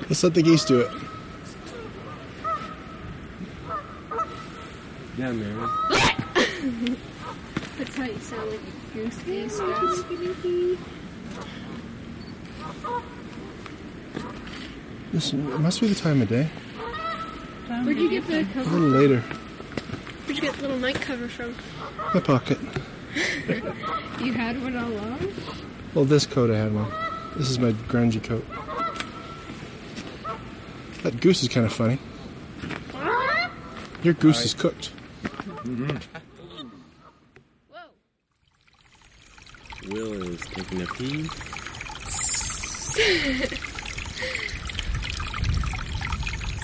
[SPEAKER 9] Let's let the geese do it.
[SPEAKER 4] Yeah, man.
[SPEAKER 3] That's how you sound like a goose geese. guys.
[SPEAKER 9] This it must be the time of day.
[SPEAKER 3] Where'd you get the
[SPEAKER 9] A
[SPEAKER 3] cover?
[SPEAKER 9] little later.
[SPEAKER 3] Where'd you get the little night cover from?
[SPEAKER 9] My pocket.
[SPEAKER 3] You had one all along?
[SPEAKER 9] Well, this coat I had one. This is my grungy coat. That goose is kind of funny. Your goose is cooked.
[SPEAKER 4] Will is taking a pee.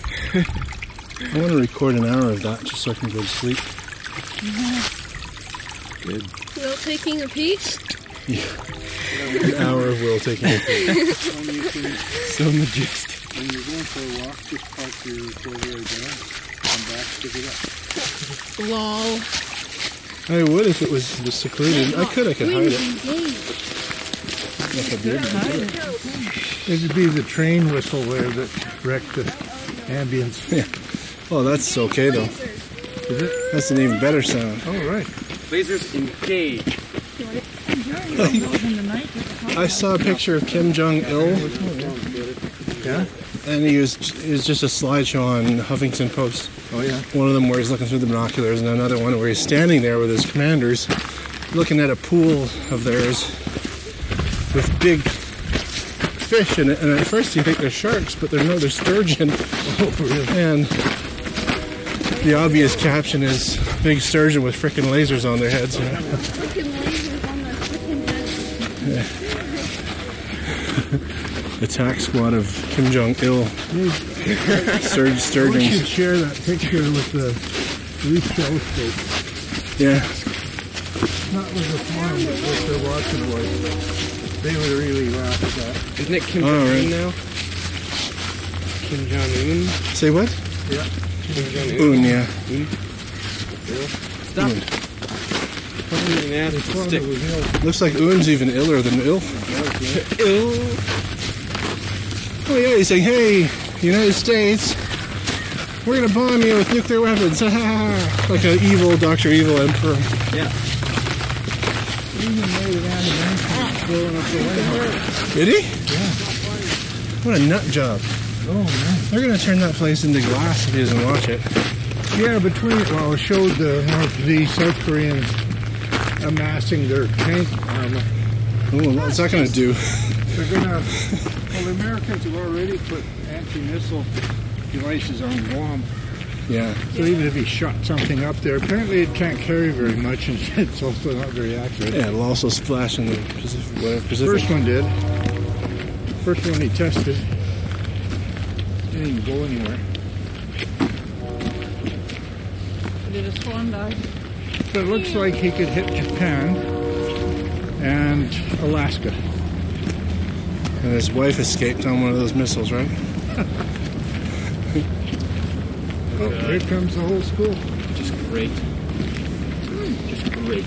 [SPEAKER 9] I want to record an hour of that just so I can go to sleep.
[SPEAKER 4] Good.
[SPEAKER 3] Will taking a peach?
[SPEAKER 9] An hour of Will taking a pee.
[SPEAKER 4] So majestic.
[SPEAKER 1] When you're going for a walk, just park your four-wheeler down. Come back, pick it up.
[SPEAKER 3] Lol.
[SPEAKER 9] I would if it was just secluded. I could, I could hide it.
[SPEAKER 1] It'd be the train whistle there that wrecked the ambience.
[SPEAKER 9] Oh, that's okay though. That's an even better sound.
[SPEAKER 1] All Oh, right.
[SPEAKER 4] Lasers engage.
[SPEAKER 6] in the night.
[SPEAKER 9] I saw a picture of Kim Jong Il,
[SPEAKER 1] Yeah?
[SPEAKER 9] and he was it was just a slideshow on Huffington Post.
[SPEAKER 1] Oh, yeah.
[SPEAKER 9] One of them where he's looking through the binoculars, and another one where he's standing there with his commanders, looking at a pool of theirs with big fish in it. And at first you think they're sharks, but they're no, they're sturgeon.
[SPEAKER 1] Oh,
[SPEAKER 9] And the obvious caption is "Big sturgeon with frickin' lasers on their heads." you know?
[SPEAKER 10] Freaking lasers on the freaking desk.
[SPEAKER 9] Attack squad of Kim Jong Il, Sturge
[SPEAKER 1] I want you to
[SPEAKER 9] sturgeons.
[SPEAKER 1] share that picture with the telescope.
[SPEAKER 9] Yeah.
[SPEAKER 1] Not with the farm, but with the Watson boys. They would really laugh at that.
[SPEAKER 4] Isn't it Kim
[SPEAKER 9] All
[SPEAKER 4] Jong Un
[SPEAKER 9] right.
[SPEAKER 4] now? Kim Jong Un.
[SPEAKER 9] Say what?
[SPEAKER 4] Kim Jong Un.
[SPEAKER 9] Oon, yeah.
[SPEAKER 4] Stop. Fucking nasty stick.
[SPEAKER 9] Looks like Oon's even iller than Il.
[SPEAKER 4] Ew.
[SPEAKER 9] Oh yeah, he's saying, "Hey,
[SPEAKER 1] United States, we're gonna bomb you with nuclear weapons. like an evil Doctor Evil emperor.
[SPEAKER 4] Yeah.
[SPEAKER 1] Did he? What a nut job.
[SPEAKER 11] Oh, man.
[SPEAKER 1] They're gonna turn that place into glass if he doesn't watch it.
[SPEAKER 9] Yeah, between well, it showed the North, the South Koreans amassing their tank armor.
[SPEAKER 1] Oh, what's that gonna do?
[SPEAKER 9] They're gonna. Well, the Americans have already put anti-missile devices on Guam,
[SPEAKER 1] Yeah.
[SPEAKER 9] so even if he shot something up there, apparently it can't carry very much, and it's also not very accurate.
[SPEAKER 1] Yeah, it'll also splash in the Pacific. Whatever, Pacific.
[SPEAKER 9] First one did. First one he tested. Didn't even go anywhere.
[SPEAKER 6] Did a swan dive?
[SPEAKER 9] But it looks like he could hit Japan and Alaska.
[SPEAKER 1] And his wife escaped on one of those missiles, right?
[SPEAKER 9] Oh, here comes the whole school.
[SPEAKER 14] Just great. Just great.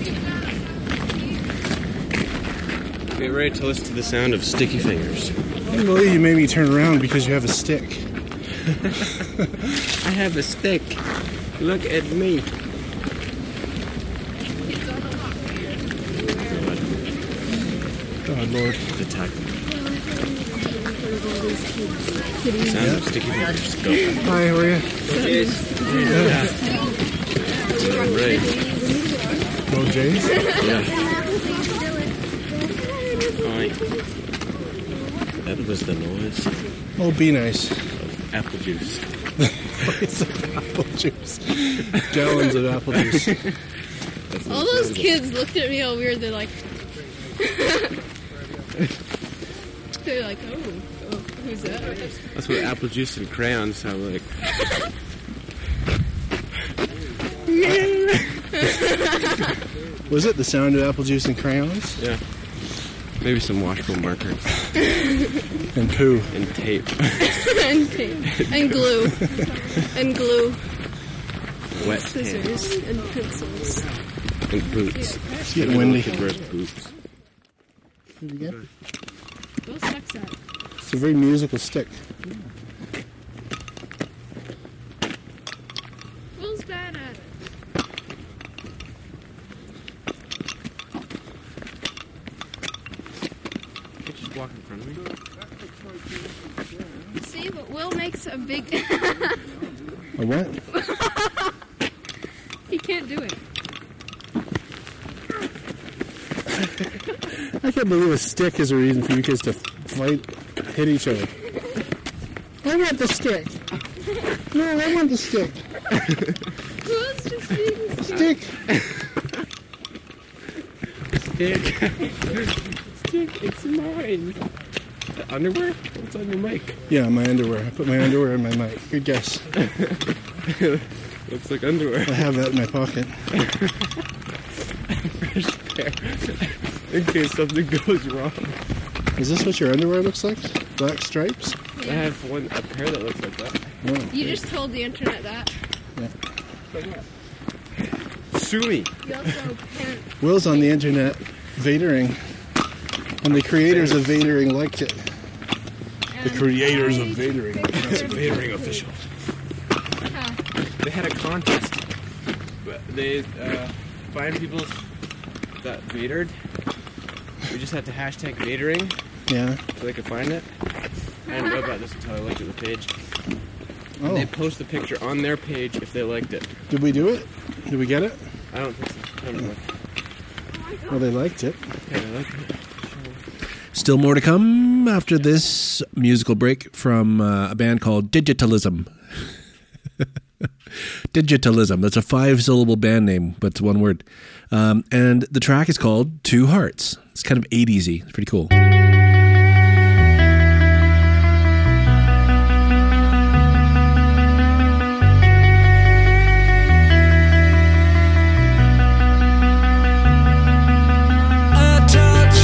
[SPEAKER 4] Get ready to listen to the sound of sticky fingers.
[SPEAKER 1] I can't believe you made me turn around because you have a stick.
[SPEAKER 4] I have a stick. Look at me.
[SPEAKER 1] Oh, Lord.
[SPEAKER 4] The tag. Sound of sticky fingers. Go.
[SPEAKER 1] Hi, how are you?
[SPEAKER 4] Right.
[SPEAKER 1] Go Jays?
[SPEAKER 4] Yeah. Alright. That was the noise
[SPEAKER 1] Oh, be nice.
[SPEAKER 4] of apple juice.
[SPEAKER 1] It's apple juice. Gallons of apple juice.
[SPEAKER 4] That's
[SPEAKER 3] All
[SPEAKER 4] the
[SPEAKER 3] those
[SPEAKER 4] sound of-
[SPEAKER 3] kids looked at me all weird. They're like, they're like, oh, oh who's that?
[SPEAKER 4] That's what apple juice and crayons sound like.
[SPEAKER 1] Was it the sound of apple juice and crayons?
[SPEAKER 4] Yeah. Maybe some washable markers
[SPEAKER 1] And poo.
[SPEAKER 4] and tape.
[SPEAKER 3] and tape and glue and glue,
[SPEAKER 4] Wet pants
[SPEAKER 3] scissors and pencils.
[SPEAKER 4] and boots.
[SPEAKER 1] It's getting windy.
[SPEAKER 4] Kid wears boots.
[SPEAKER 3] Those suck sack.
[SPEAKER 1] It's a very musical stick.
[SPEAKER 3] Will's bad at it.
[SPEAKER 4] Can you just walk in front of me?
[SPEAKER 3] See, but Will makes a big.
[SPEAKER 1] A what?
[SPEAKER 3] he can't do it.
[SPEAKER 1] I can't believe a stick is a reason for you kids to fight, hit each other. I want the stick. No, I want the stick.
[SPEAKER 3] Will's just being
[SPEAKER 1] Stick.
[SPEAKER 4] It's mine. Underwear? What's on your mic?
[SPEAKER 1] Yeah, my underwear. I put my underwear in my mic. Good guess.
[SPEAKER 4] Looks like underwear.
[SPEAKER 1] I have that in my pocket.
[SPEAKER 4] In case something goes wrong.
[SPEAKER 1] Is this what your underwear looks like? Black stripes?
[SPEAKER 4] I have one a pair that looks like that.
[SPEAKER 1] No.
[SPEAKER 3] You just told the internet that.
[SPEAKER 4] Sue me.
[SPEAKER 3] You also can't.
[SPEAKER 1] Will's on the internet Vadering. And the creators of Vadering liked it.
[SPEAKER 3] The
[SPEAKER 1] creators of Vadering.
[SPEAKER 3] oh,
[SPEAKER 4] Catering official. They had a contest. But they uh, find people that vatered. We just had to hashtag vatering
[SPEAKER 1] Yeah.
[SPEAKER 4] so they could find it. I didn't know about this until I looked at the page. And
[SPEAKER 1] Oh,
[SPEAKER 4] They post the picture on their page if they liked it.
[SPEAKER 1] did we do it? Did we get it?
[SPEAKER 4] I don't think so. Never mind.
[SPEAKER 1] Well, they liked it.
[SPEAKER 4] Okay, they liked it.
[SPEAKER 7] Still more to come after this musical break from uh, a band called Digitalism. Digitalism. That's a five syllable band name, but it's one word. Um, and the track is called Two Hearts. It's kind of 80s y. It's pretty cool.
[SPEAKER 13] A touch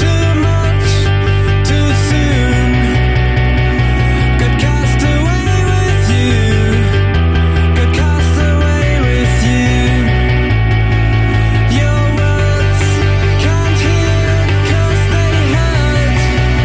[SPEAKER 13] too much, too soon. Could cast away with you. Could cast away with you. Your words can't hear 'cause they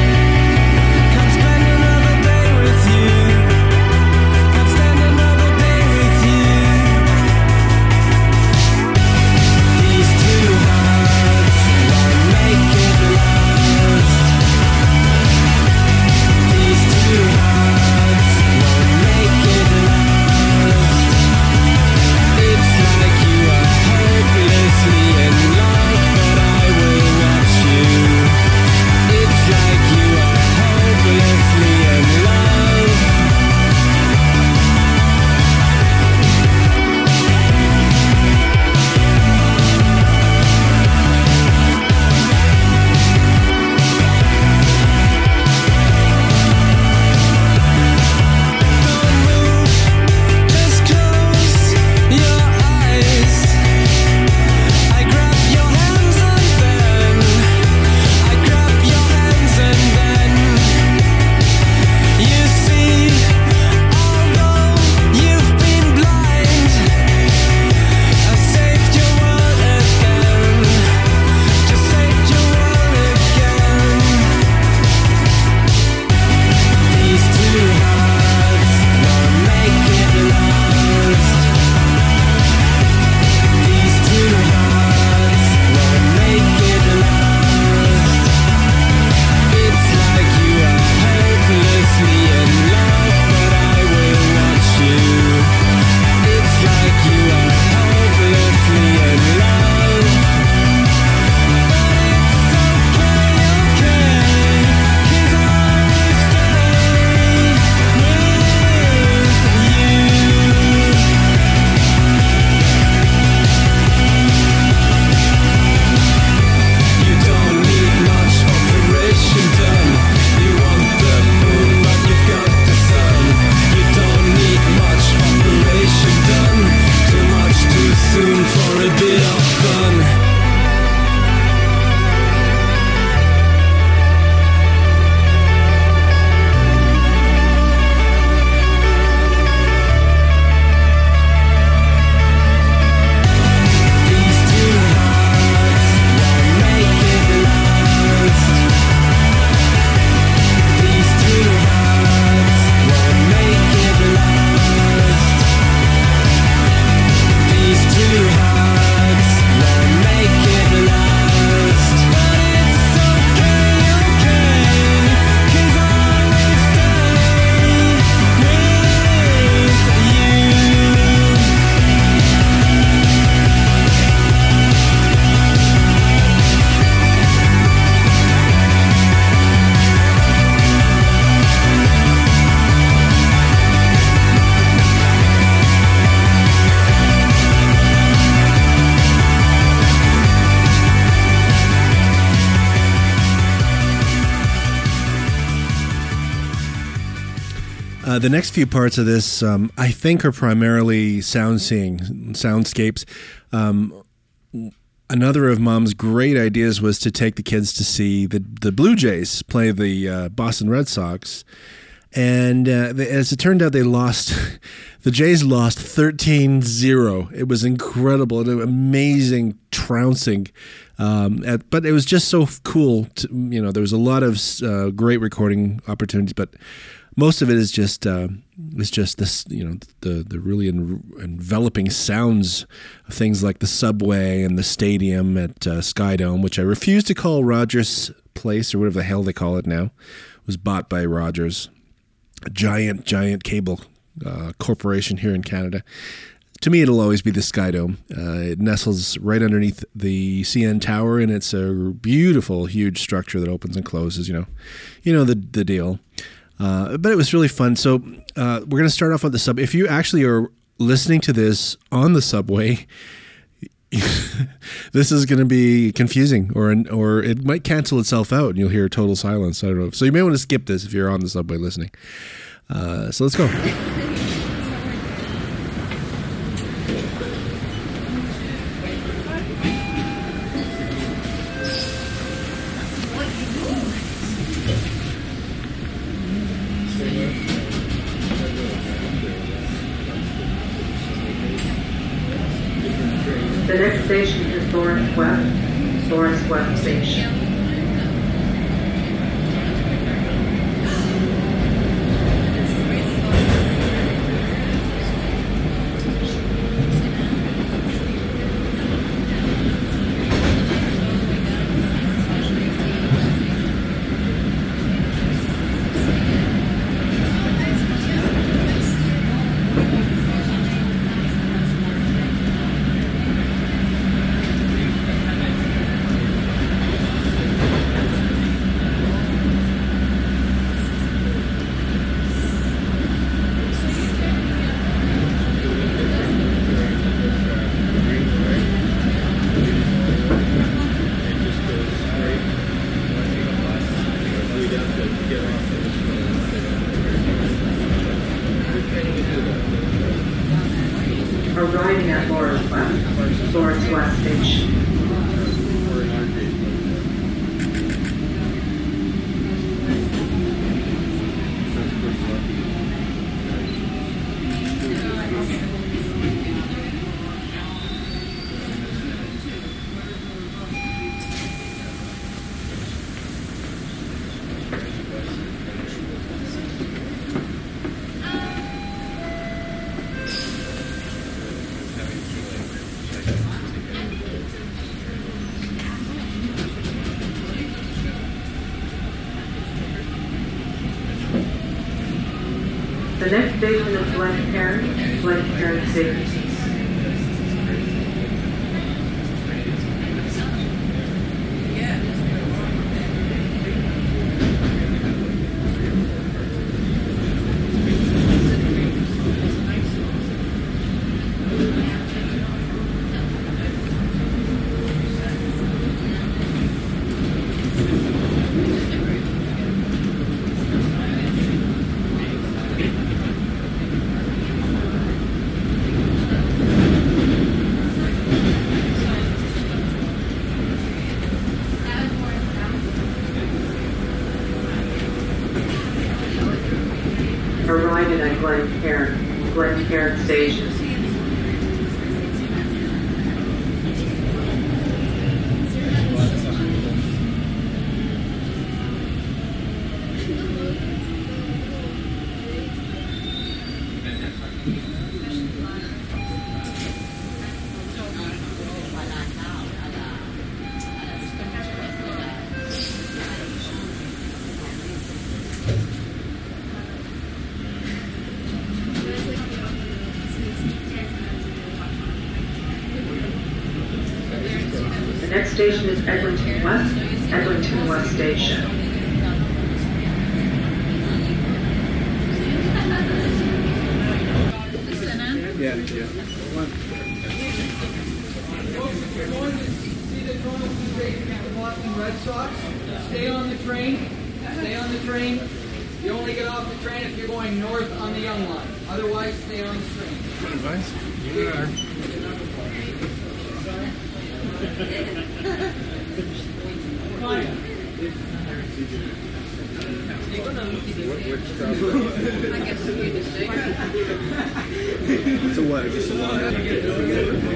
[SPEAKER 7] Uh, the next few parts of this, um, I think, are primarily sound seeing, soundscapes. Um, another of Mom's great ideas was to take the kids to see the, the Blue Jays play the uh, Boston Red Sox. And uh, they, as it turned out, they lost. The Jays lost 13 0. It was incredible. An amazing trouncing. Um, at, but it was just so cool. To, you know, there was a lot of uh, great recording opportunities, but most of it is just uh, is just this you know the the really en- enveloping sounds of things like the subway and the stadium at uh, Skydome, which I refuse to call Rogers Place or whatever the hell they call it now, it was bought by Rogers, a giant giant cable uh, corporation here in Canada. To me, it'll always be the Skydome. Uh, it nestles right underneath the CN Tower, and it's a beautiful, huge structure that opens and closes. You know, you know the the deal. Uh, but it was really fun. So uh, we're going to start off on the sub. If you actually are listening to this on the subway, this is going to be confusing, or an, or it might cancel itself out, and you'll hear total silence. I don't know. So you may want to skip this if you're on the subway listening. Uh, so let's go.
[SPEAKER 15] The next station is Lawrence West, Lawrence West Station. Arriving at Lawrence West, Lawrence West Station. The next station is Glen Perry, Glen Perry Station. Arriving at Glen Perry, Glen Perry Station. The next station is Eglinton West, Eglinton West Station.
[SPEAKER 14] Yeah, yeah.
[SPEAKER 16] Boston Red Sox, stay on the train, stay on the train.
[SPEAKER 6] You only get off the train if you're going north on the Young Line. Otherwise, stay on the train.
[SPEAKER 17] Good advice.
[SPEAKER 1] So what? It's just a lot.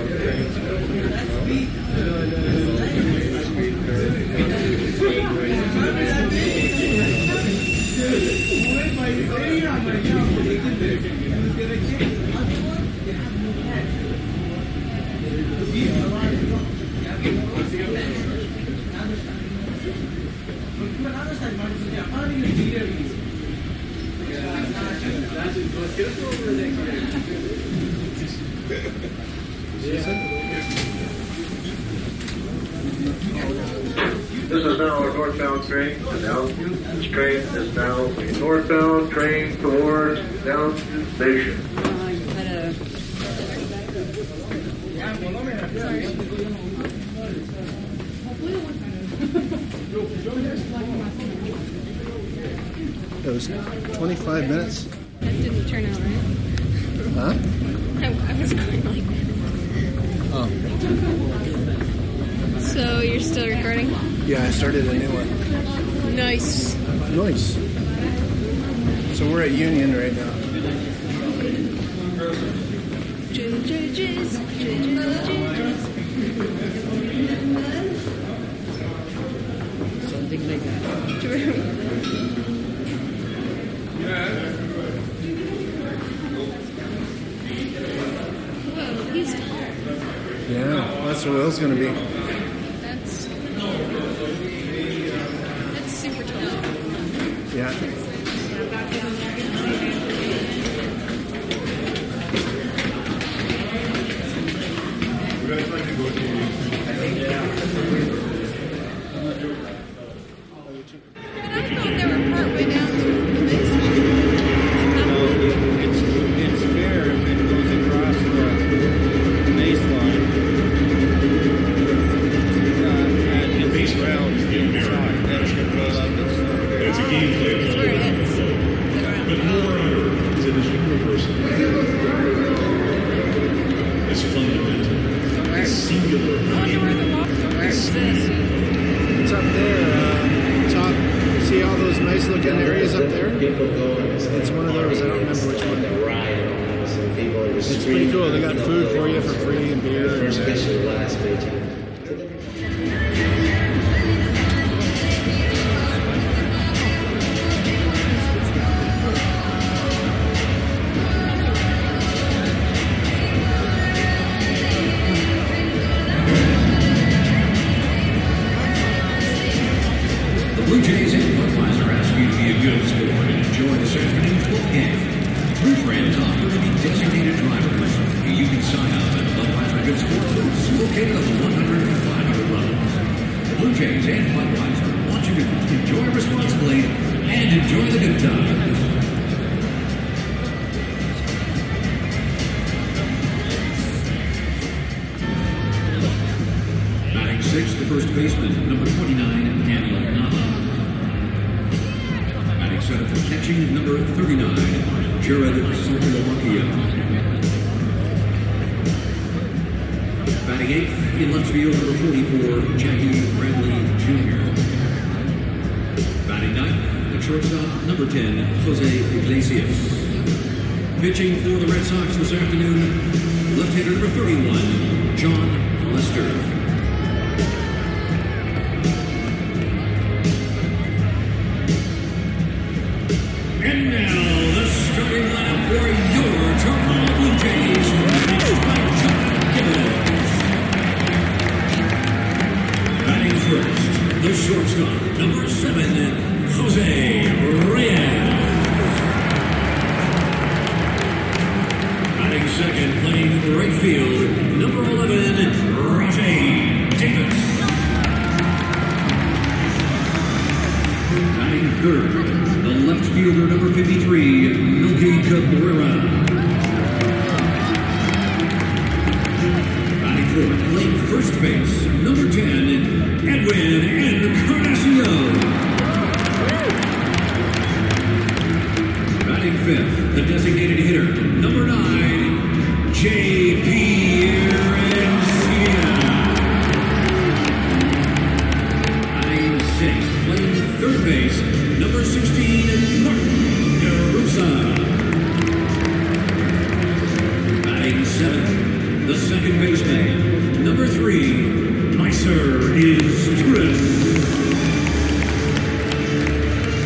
[SPEAKER 9] This is now a northbound train to Downsview. This train is now a northbound train towards Downsview Station.
[SPEAKER 1] It was 25 minutes.
[SPEAKER 10] That didn't turn out right.
[SPEAKER 1] Huh?
[SPEAKER 10] I, I was going like
[SPEAKER 1] Oh.
[SPEAKER 10] that. So you're still recording?
[SPEAKER 1] Yeah, I started a new one.
[SPEAKER 10] Nice.
[SPEAKER 1] Nice. So we're at Union right now.
[SPEAKER 10] Jizz, jizz, jizz.
[SPEAKER 18] Something like that.
[SPEAKER 10] Whoa, he's tall.
[SPEAKER 1] Yeah, that's where Will's going to be.
[SPEAKER 10] That's that's super tall.
[SPEAKER 1] Yeah.
[SPEAKER 2] It's, it's fair if it goes across the base line. Uh, and it's round, and it goes up and stuff. It's a game plan. That's where it ends. But more honor is it is universal. It's fundamental. It's singular.
[SPEAKER 1] It's up there, uh, top. See all those nice looking areas up there? It's one of those. I don't remember which one. It's pretty cool. They got food for you for free and beer. And,
[SPEAKER 7] The Blue Jays and Budweiser ask you to be a good sport and enjoy this afternoon's ball game. Blue Friends offer to be designated drivers. You can sign up at Budweiser Good Sport booths located on the 100 and 500 levels. The Blue Jays and Budweiser want you to enjoy responsibly and enjoy the good times. Batting sixth, the first baseman, number 29, Daniel Nava. Batting seventh, and catching, number 39, Jared Sokolomakia. Batting eighth, in left field, number 44, Jackie Bradley Jr. Batting ninth, the shortstop, number 10, Jose Iglesias. Pitching for the Red Sox this afternoon, left-hander number 31, John Lester. And now, the starting lineup for your Toronto Blue Jays, managed by John Gibbons. Batting first, the shortstop, number seven, Jose Reyes. Batting second, playing right field, number 11, Roger Davis. Batting third, the left fielder number 53, Milky Cabrera. Batting fourth, playing first base, number 10, Edwin Encarnacion.
[SPEAKER 4] the designated hitter, number nine, J.P. Arancia. Nine six, playing third base, number 16, Martin Garusa. Nine seven, the second baseman, number three, Miser Istris.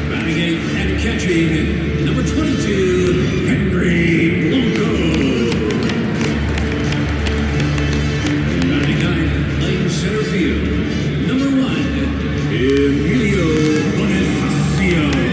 [SPEAKER 4] Batting in and catching, number 22, Henry Blanco. Batting nine, playing center field, number one, Emilio Bonifacio.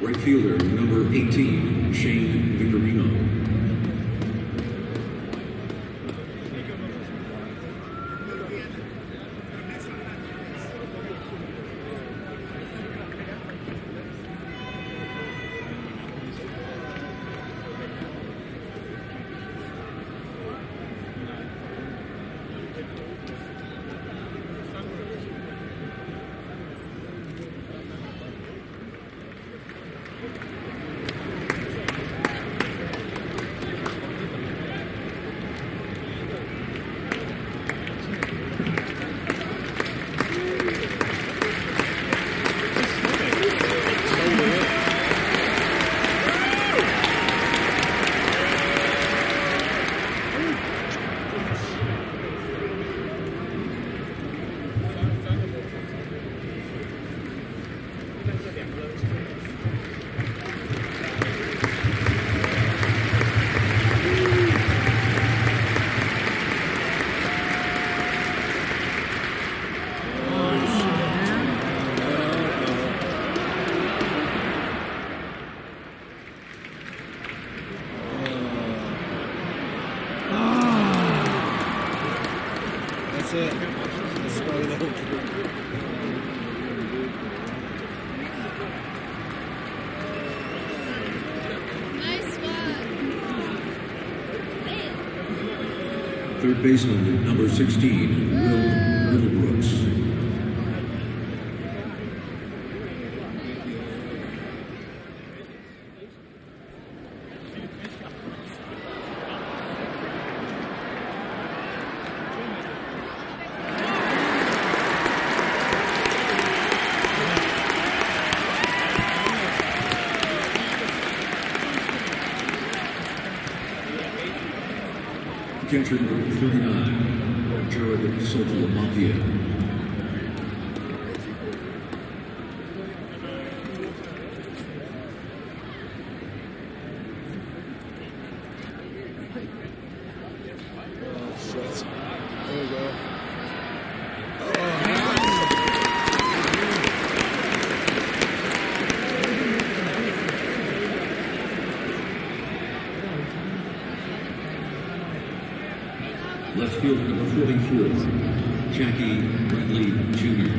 [SPEAKER 4] Right fielder, number 18, Shane Victorino.
[SPEAKER 19] That's it. That's probably the whole group.
[SPEAKER 20] Nice one.
[SPEAKER 4] Third baseman, number 16, Will Middlebrooks. Catcher number 39, Jared Sotomayor.
[SPEAKER 19] There we go.
[SPEAKER 4] Left fielder number 44, Jackie Bradley Jr.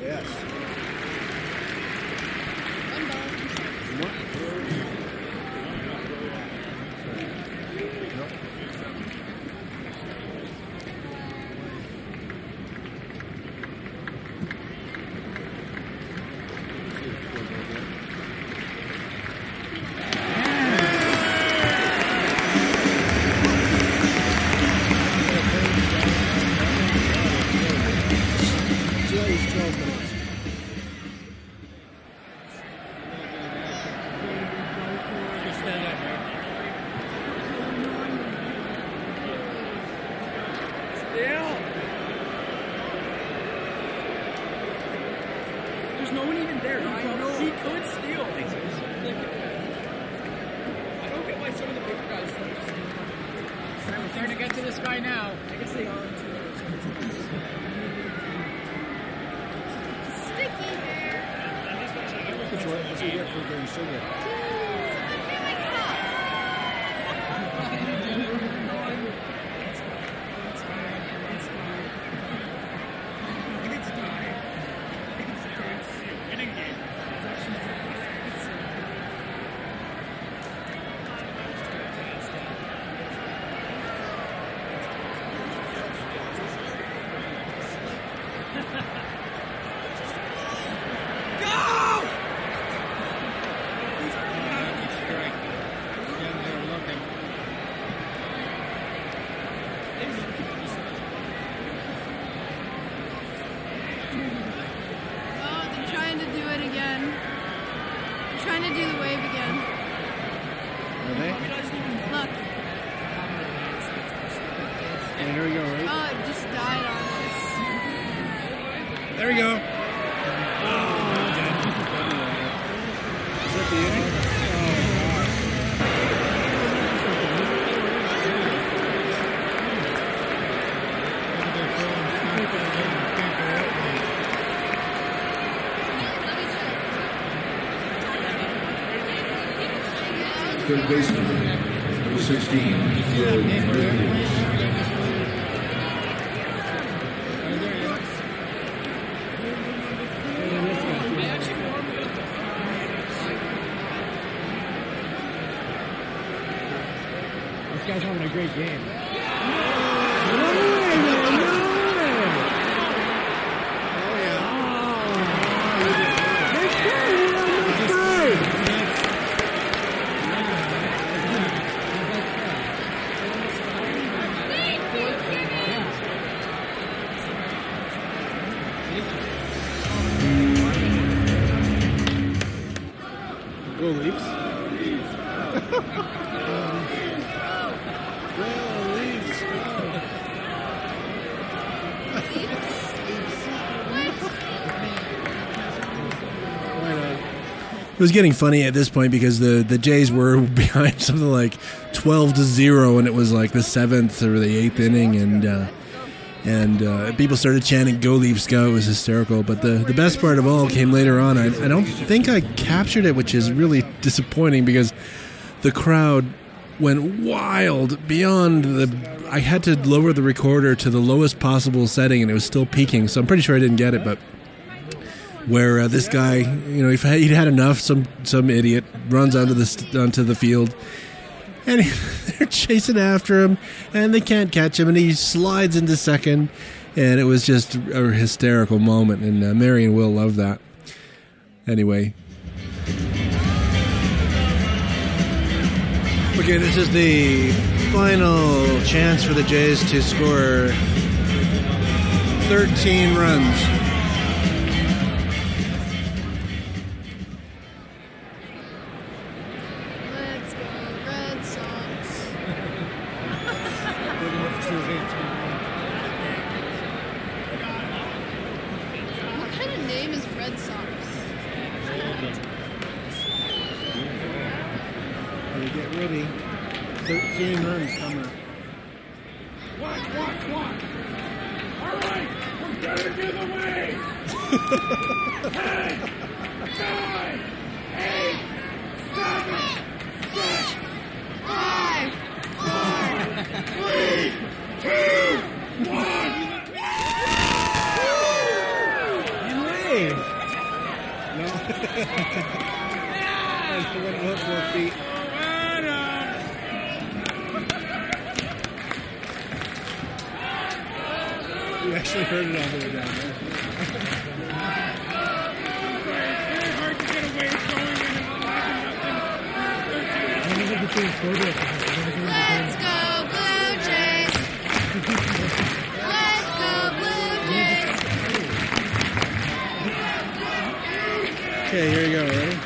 [SPEAKER 19] Yes.
[SPEAKER 9] least 12 minutes.
[SPEAKER 14] There's no one even there. I know. He could steal. I don't get why some of the bigger guys don't just steal. I'm starting to get to this guy now. I guess they are
[SPEAKER 9] That's what, that's what you get for being single.
[SPEAKER 3] Oh, they're trying to do it again. They're trying to do the wave again.
[SPEAKER 9] Are they?
[SPEAKER 3] Look.
[SPEAKER 9] And here we go, right?
[SPEAKER 3] Oh, it just died on us.
[SPEAKER 9] There we go. Oh, Is that the ending?
[SPEAKER 2] Third baseman, number 16, Joe Murphy.
[SPEAKER 11] This guy's having a great game. Oh,
[SPEAKER 9] Go Leafs.
[SPEAKER 7] It was getting funny at this point because the, the Jays were behind something like 12 to 0, and it was like the seventh or the eighth inning, and uh, and uh, people started chanting, Go Leafs, go. It was hysterical. But the, the best part of all came later on. I, I don't think I captured it, which is really disappointing because the crowd went wild beyond the. I had to lower the recorder to the lowest possible setting, and it was still peaking, so I'm pretty sure I didn't get it, but where uh, this guy, you know, if he'd had enough, some some idiot runs onto the st- onto the field, and they're chasing after him, and they can't catch him, and he slides into second, and it was just a hysterical moment, and uh, Mary and Will loved that. Anyway,
[SPEAKER 1] Okay, this is the final chance for the Jays to score 13 runs.
[SPEAKER 3] Let's go, Red Sox. What kind of name is Red Sox?
[SPEAKER 9] They get ready. 13 runs coming.
[SPEAKER 14] Walk, walk, walk. All right, we're gonna do the wave. Ten, nine, eight, seven, six, five, four, three, two, one.
[SPEAKER 9] You wave! No. That's the one hook left feet. You actually heard it all the way down there.
[SPEAKER 3] Let's go, Blue Jays. Let's go, Blue Jays.
[SPEAKER 9] Okay, here you go. Ready?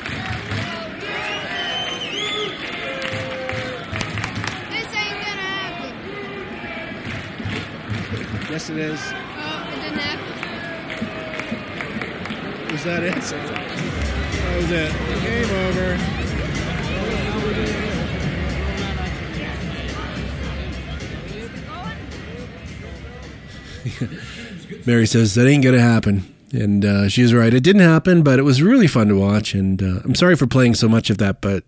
[SPEAKER 3] This ain't gonna happen.
[SPEAKER 9] Yes, it is.
[SPEAKER 3] Oh, it didn't happen.
[SPEAKER 9] Was that it? That was it. Game over.
[SPEAKER 7] Mary says that ain't gonna happen, and uh, she's right. It didn't happen, but it was really fun to watch. And uh, I'm sorry for playing so much of that, but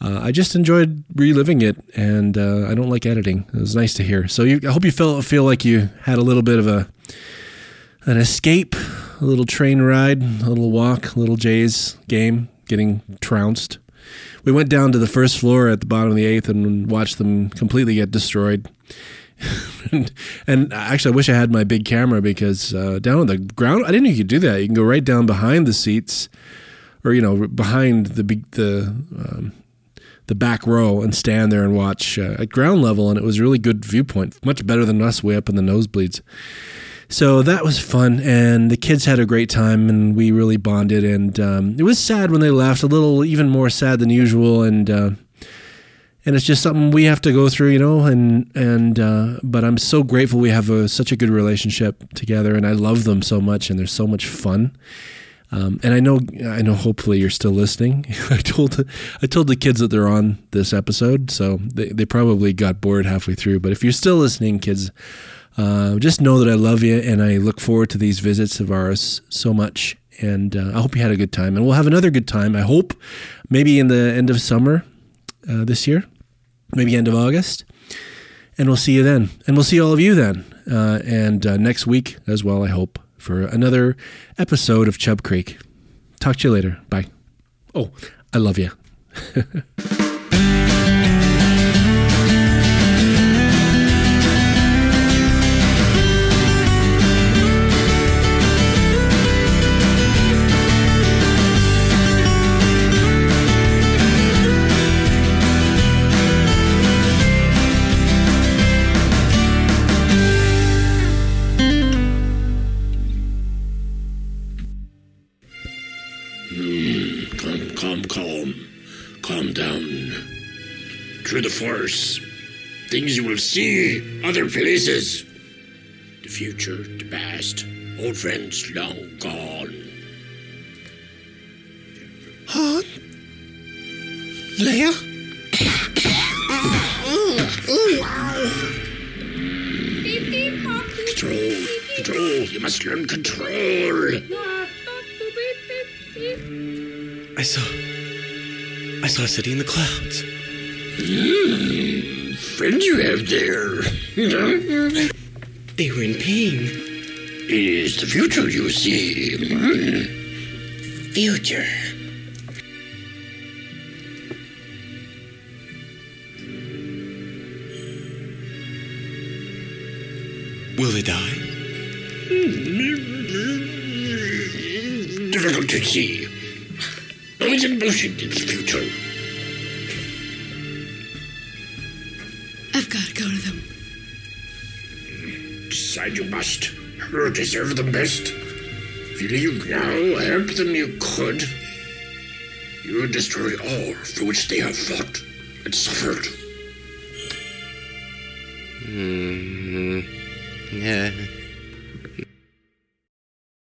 [SPEAKER 7] uh, I just enjoyed reliving it, and uh, I don't like editing. It was nice to hear. So you, I hope you feel feel like you had a little bit of a an escape, a little train ride, a little walk, a little Jays game, getting trounced. We went down to the first floor at the bottom of the eighth and watched them completely get destroyed. and, and actually, I wish I had my big camera because uh, down on the ground, I didn't know you could do that. You can go right down behind the seats, or you know, behind the big the um, the back row and stand there and watch uh, at ground level, and it was a really good viewpoint, much better than us way up in the nosebleeds. So that was fun, and the kids had a great time, and we really bonded. And um, it was sad when they left, a little even more sad than usual, and. Uh, and it's just something we have to go through, you know. And and uh, but I'm so grateful we have a, such a good relationship together, and I love them so much, and they're so much fun. Um, and I know, I know. Hopefully, you're still listening. I told, I told the kids that they're on this episode, so they, they probably got bored halfway through. But if you're still listening, kids, uh, just know that I love you, and I look forward to these visits of ours so much. And uh, I hope you had a good time, and we'll have another good time. I hope, maybe in the end of summer uh, this year, maybe end of August. And we'll see you then. And we'll see all of you then. Uh, and uh, next week as well, I hope, for another episode of Chub Creek. Talk to you later. Bye. Oh, I love you.
[SPEAKER 21] Mm, calm, calm, calm. Calm down. Through the forest, things you will see, other places. The future, the past, old friends long gone.
[SPEAKER 22] Han? Leia?
[SPEAKER 21] Beep, beep, control, control. You must learn control.
[SPEAKER 23] I saw. I saw a city in the clouds.
[SPEAKER 21] Mm, friend you have there.
[SPEAKER 23] They were in pain.
[SPEAKER 21] It is the future you see. Mm.
[SPEAKER 23] Future. Will they die?
[SPEAKER 21] Difficult to see. Noise and motion in the future.
[SPEAKER 22] I've got to go to them.
[SPEAKER 21] Decide you must. You deserve the best. If you leave now, help them you could. You will destroy all for which they have fought and suffered.
[SPEAKER 4] Hmm. Yeah.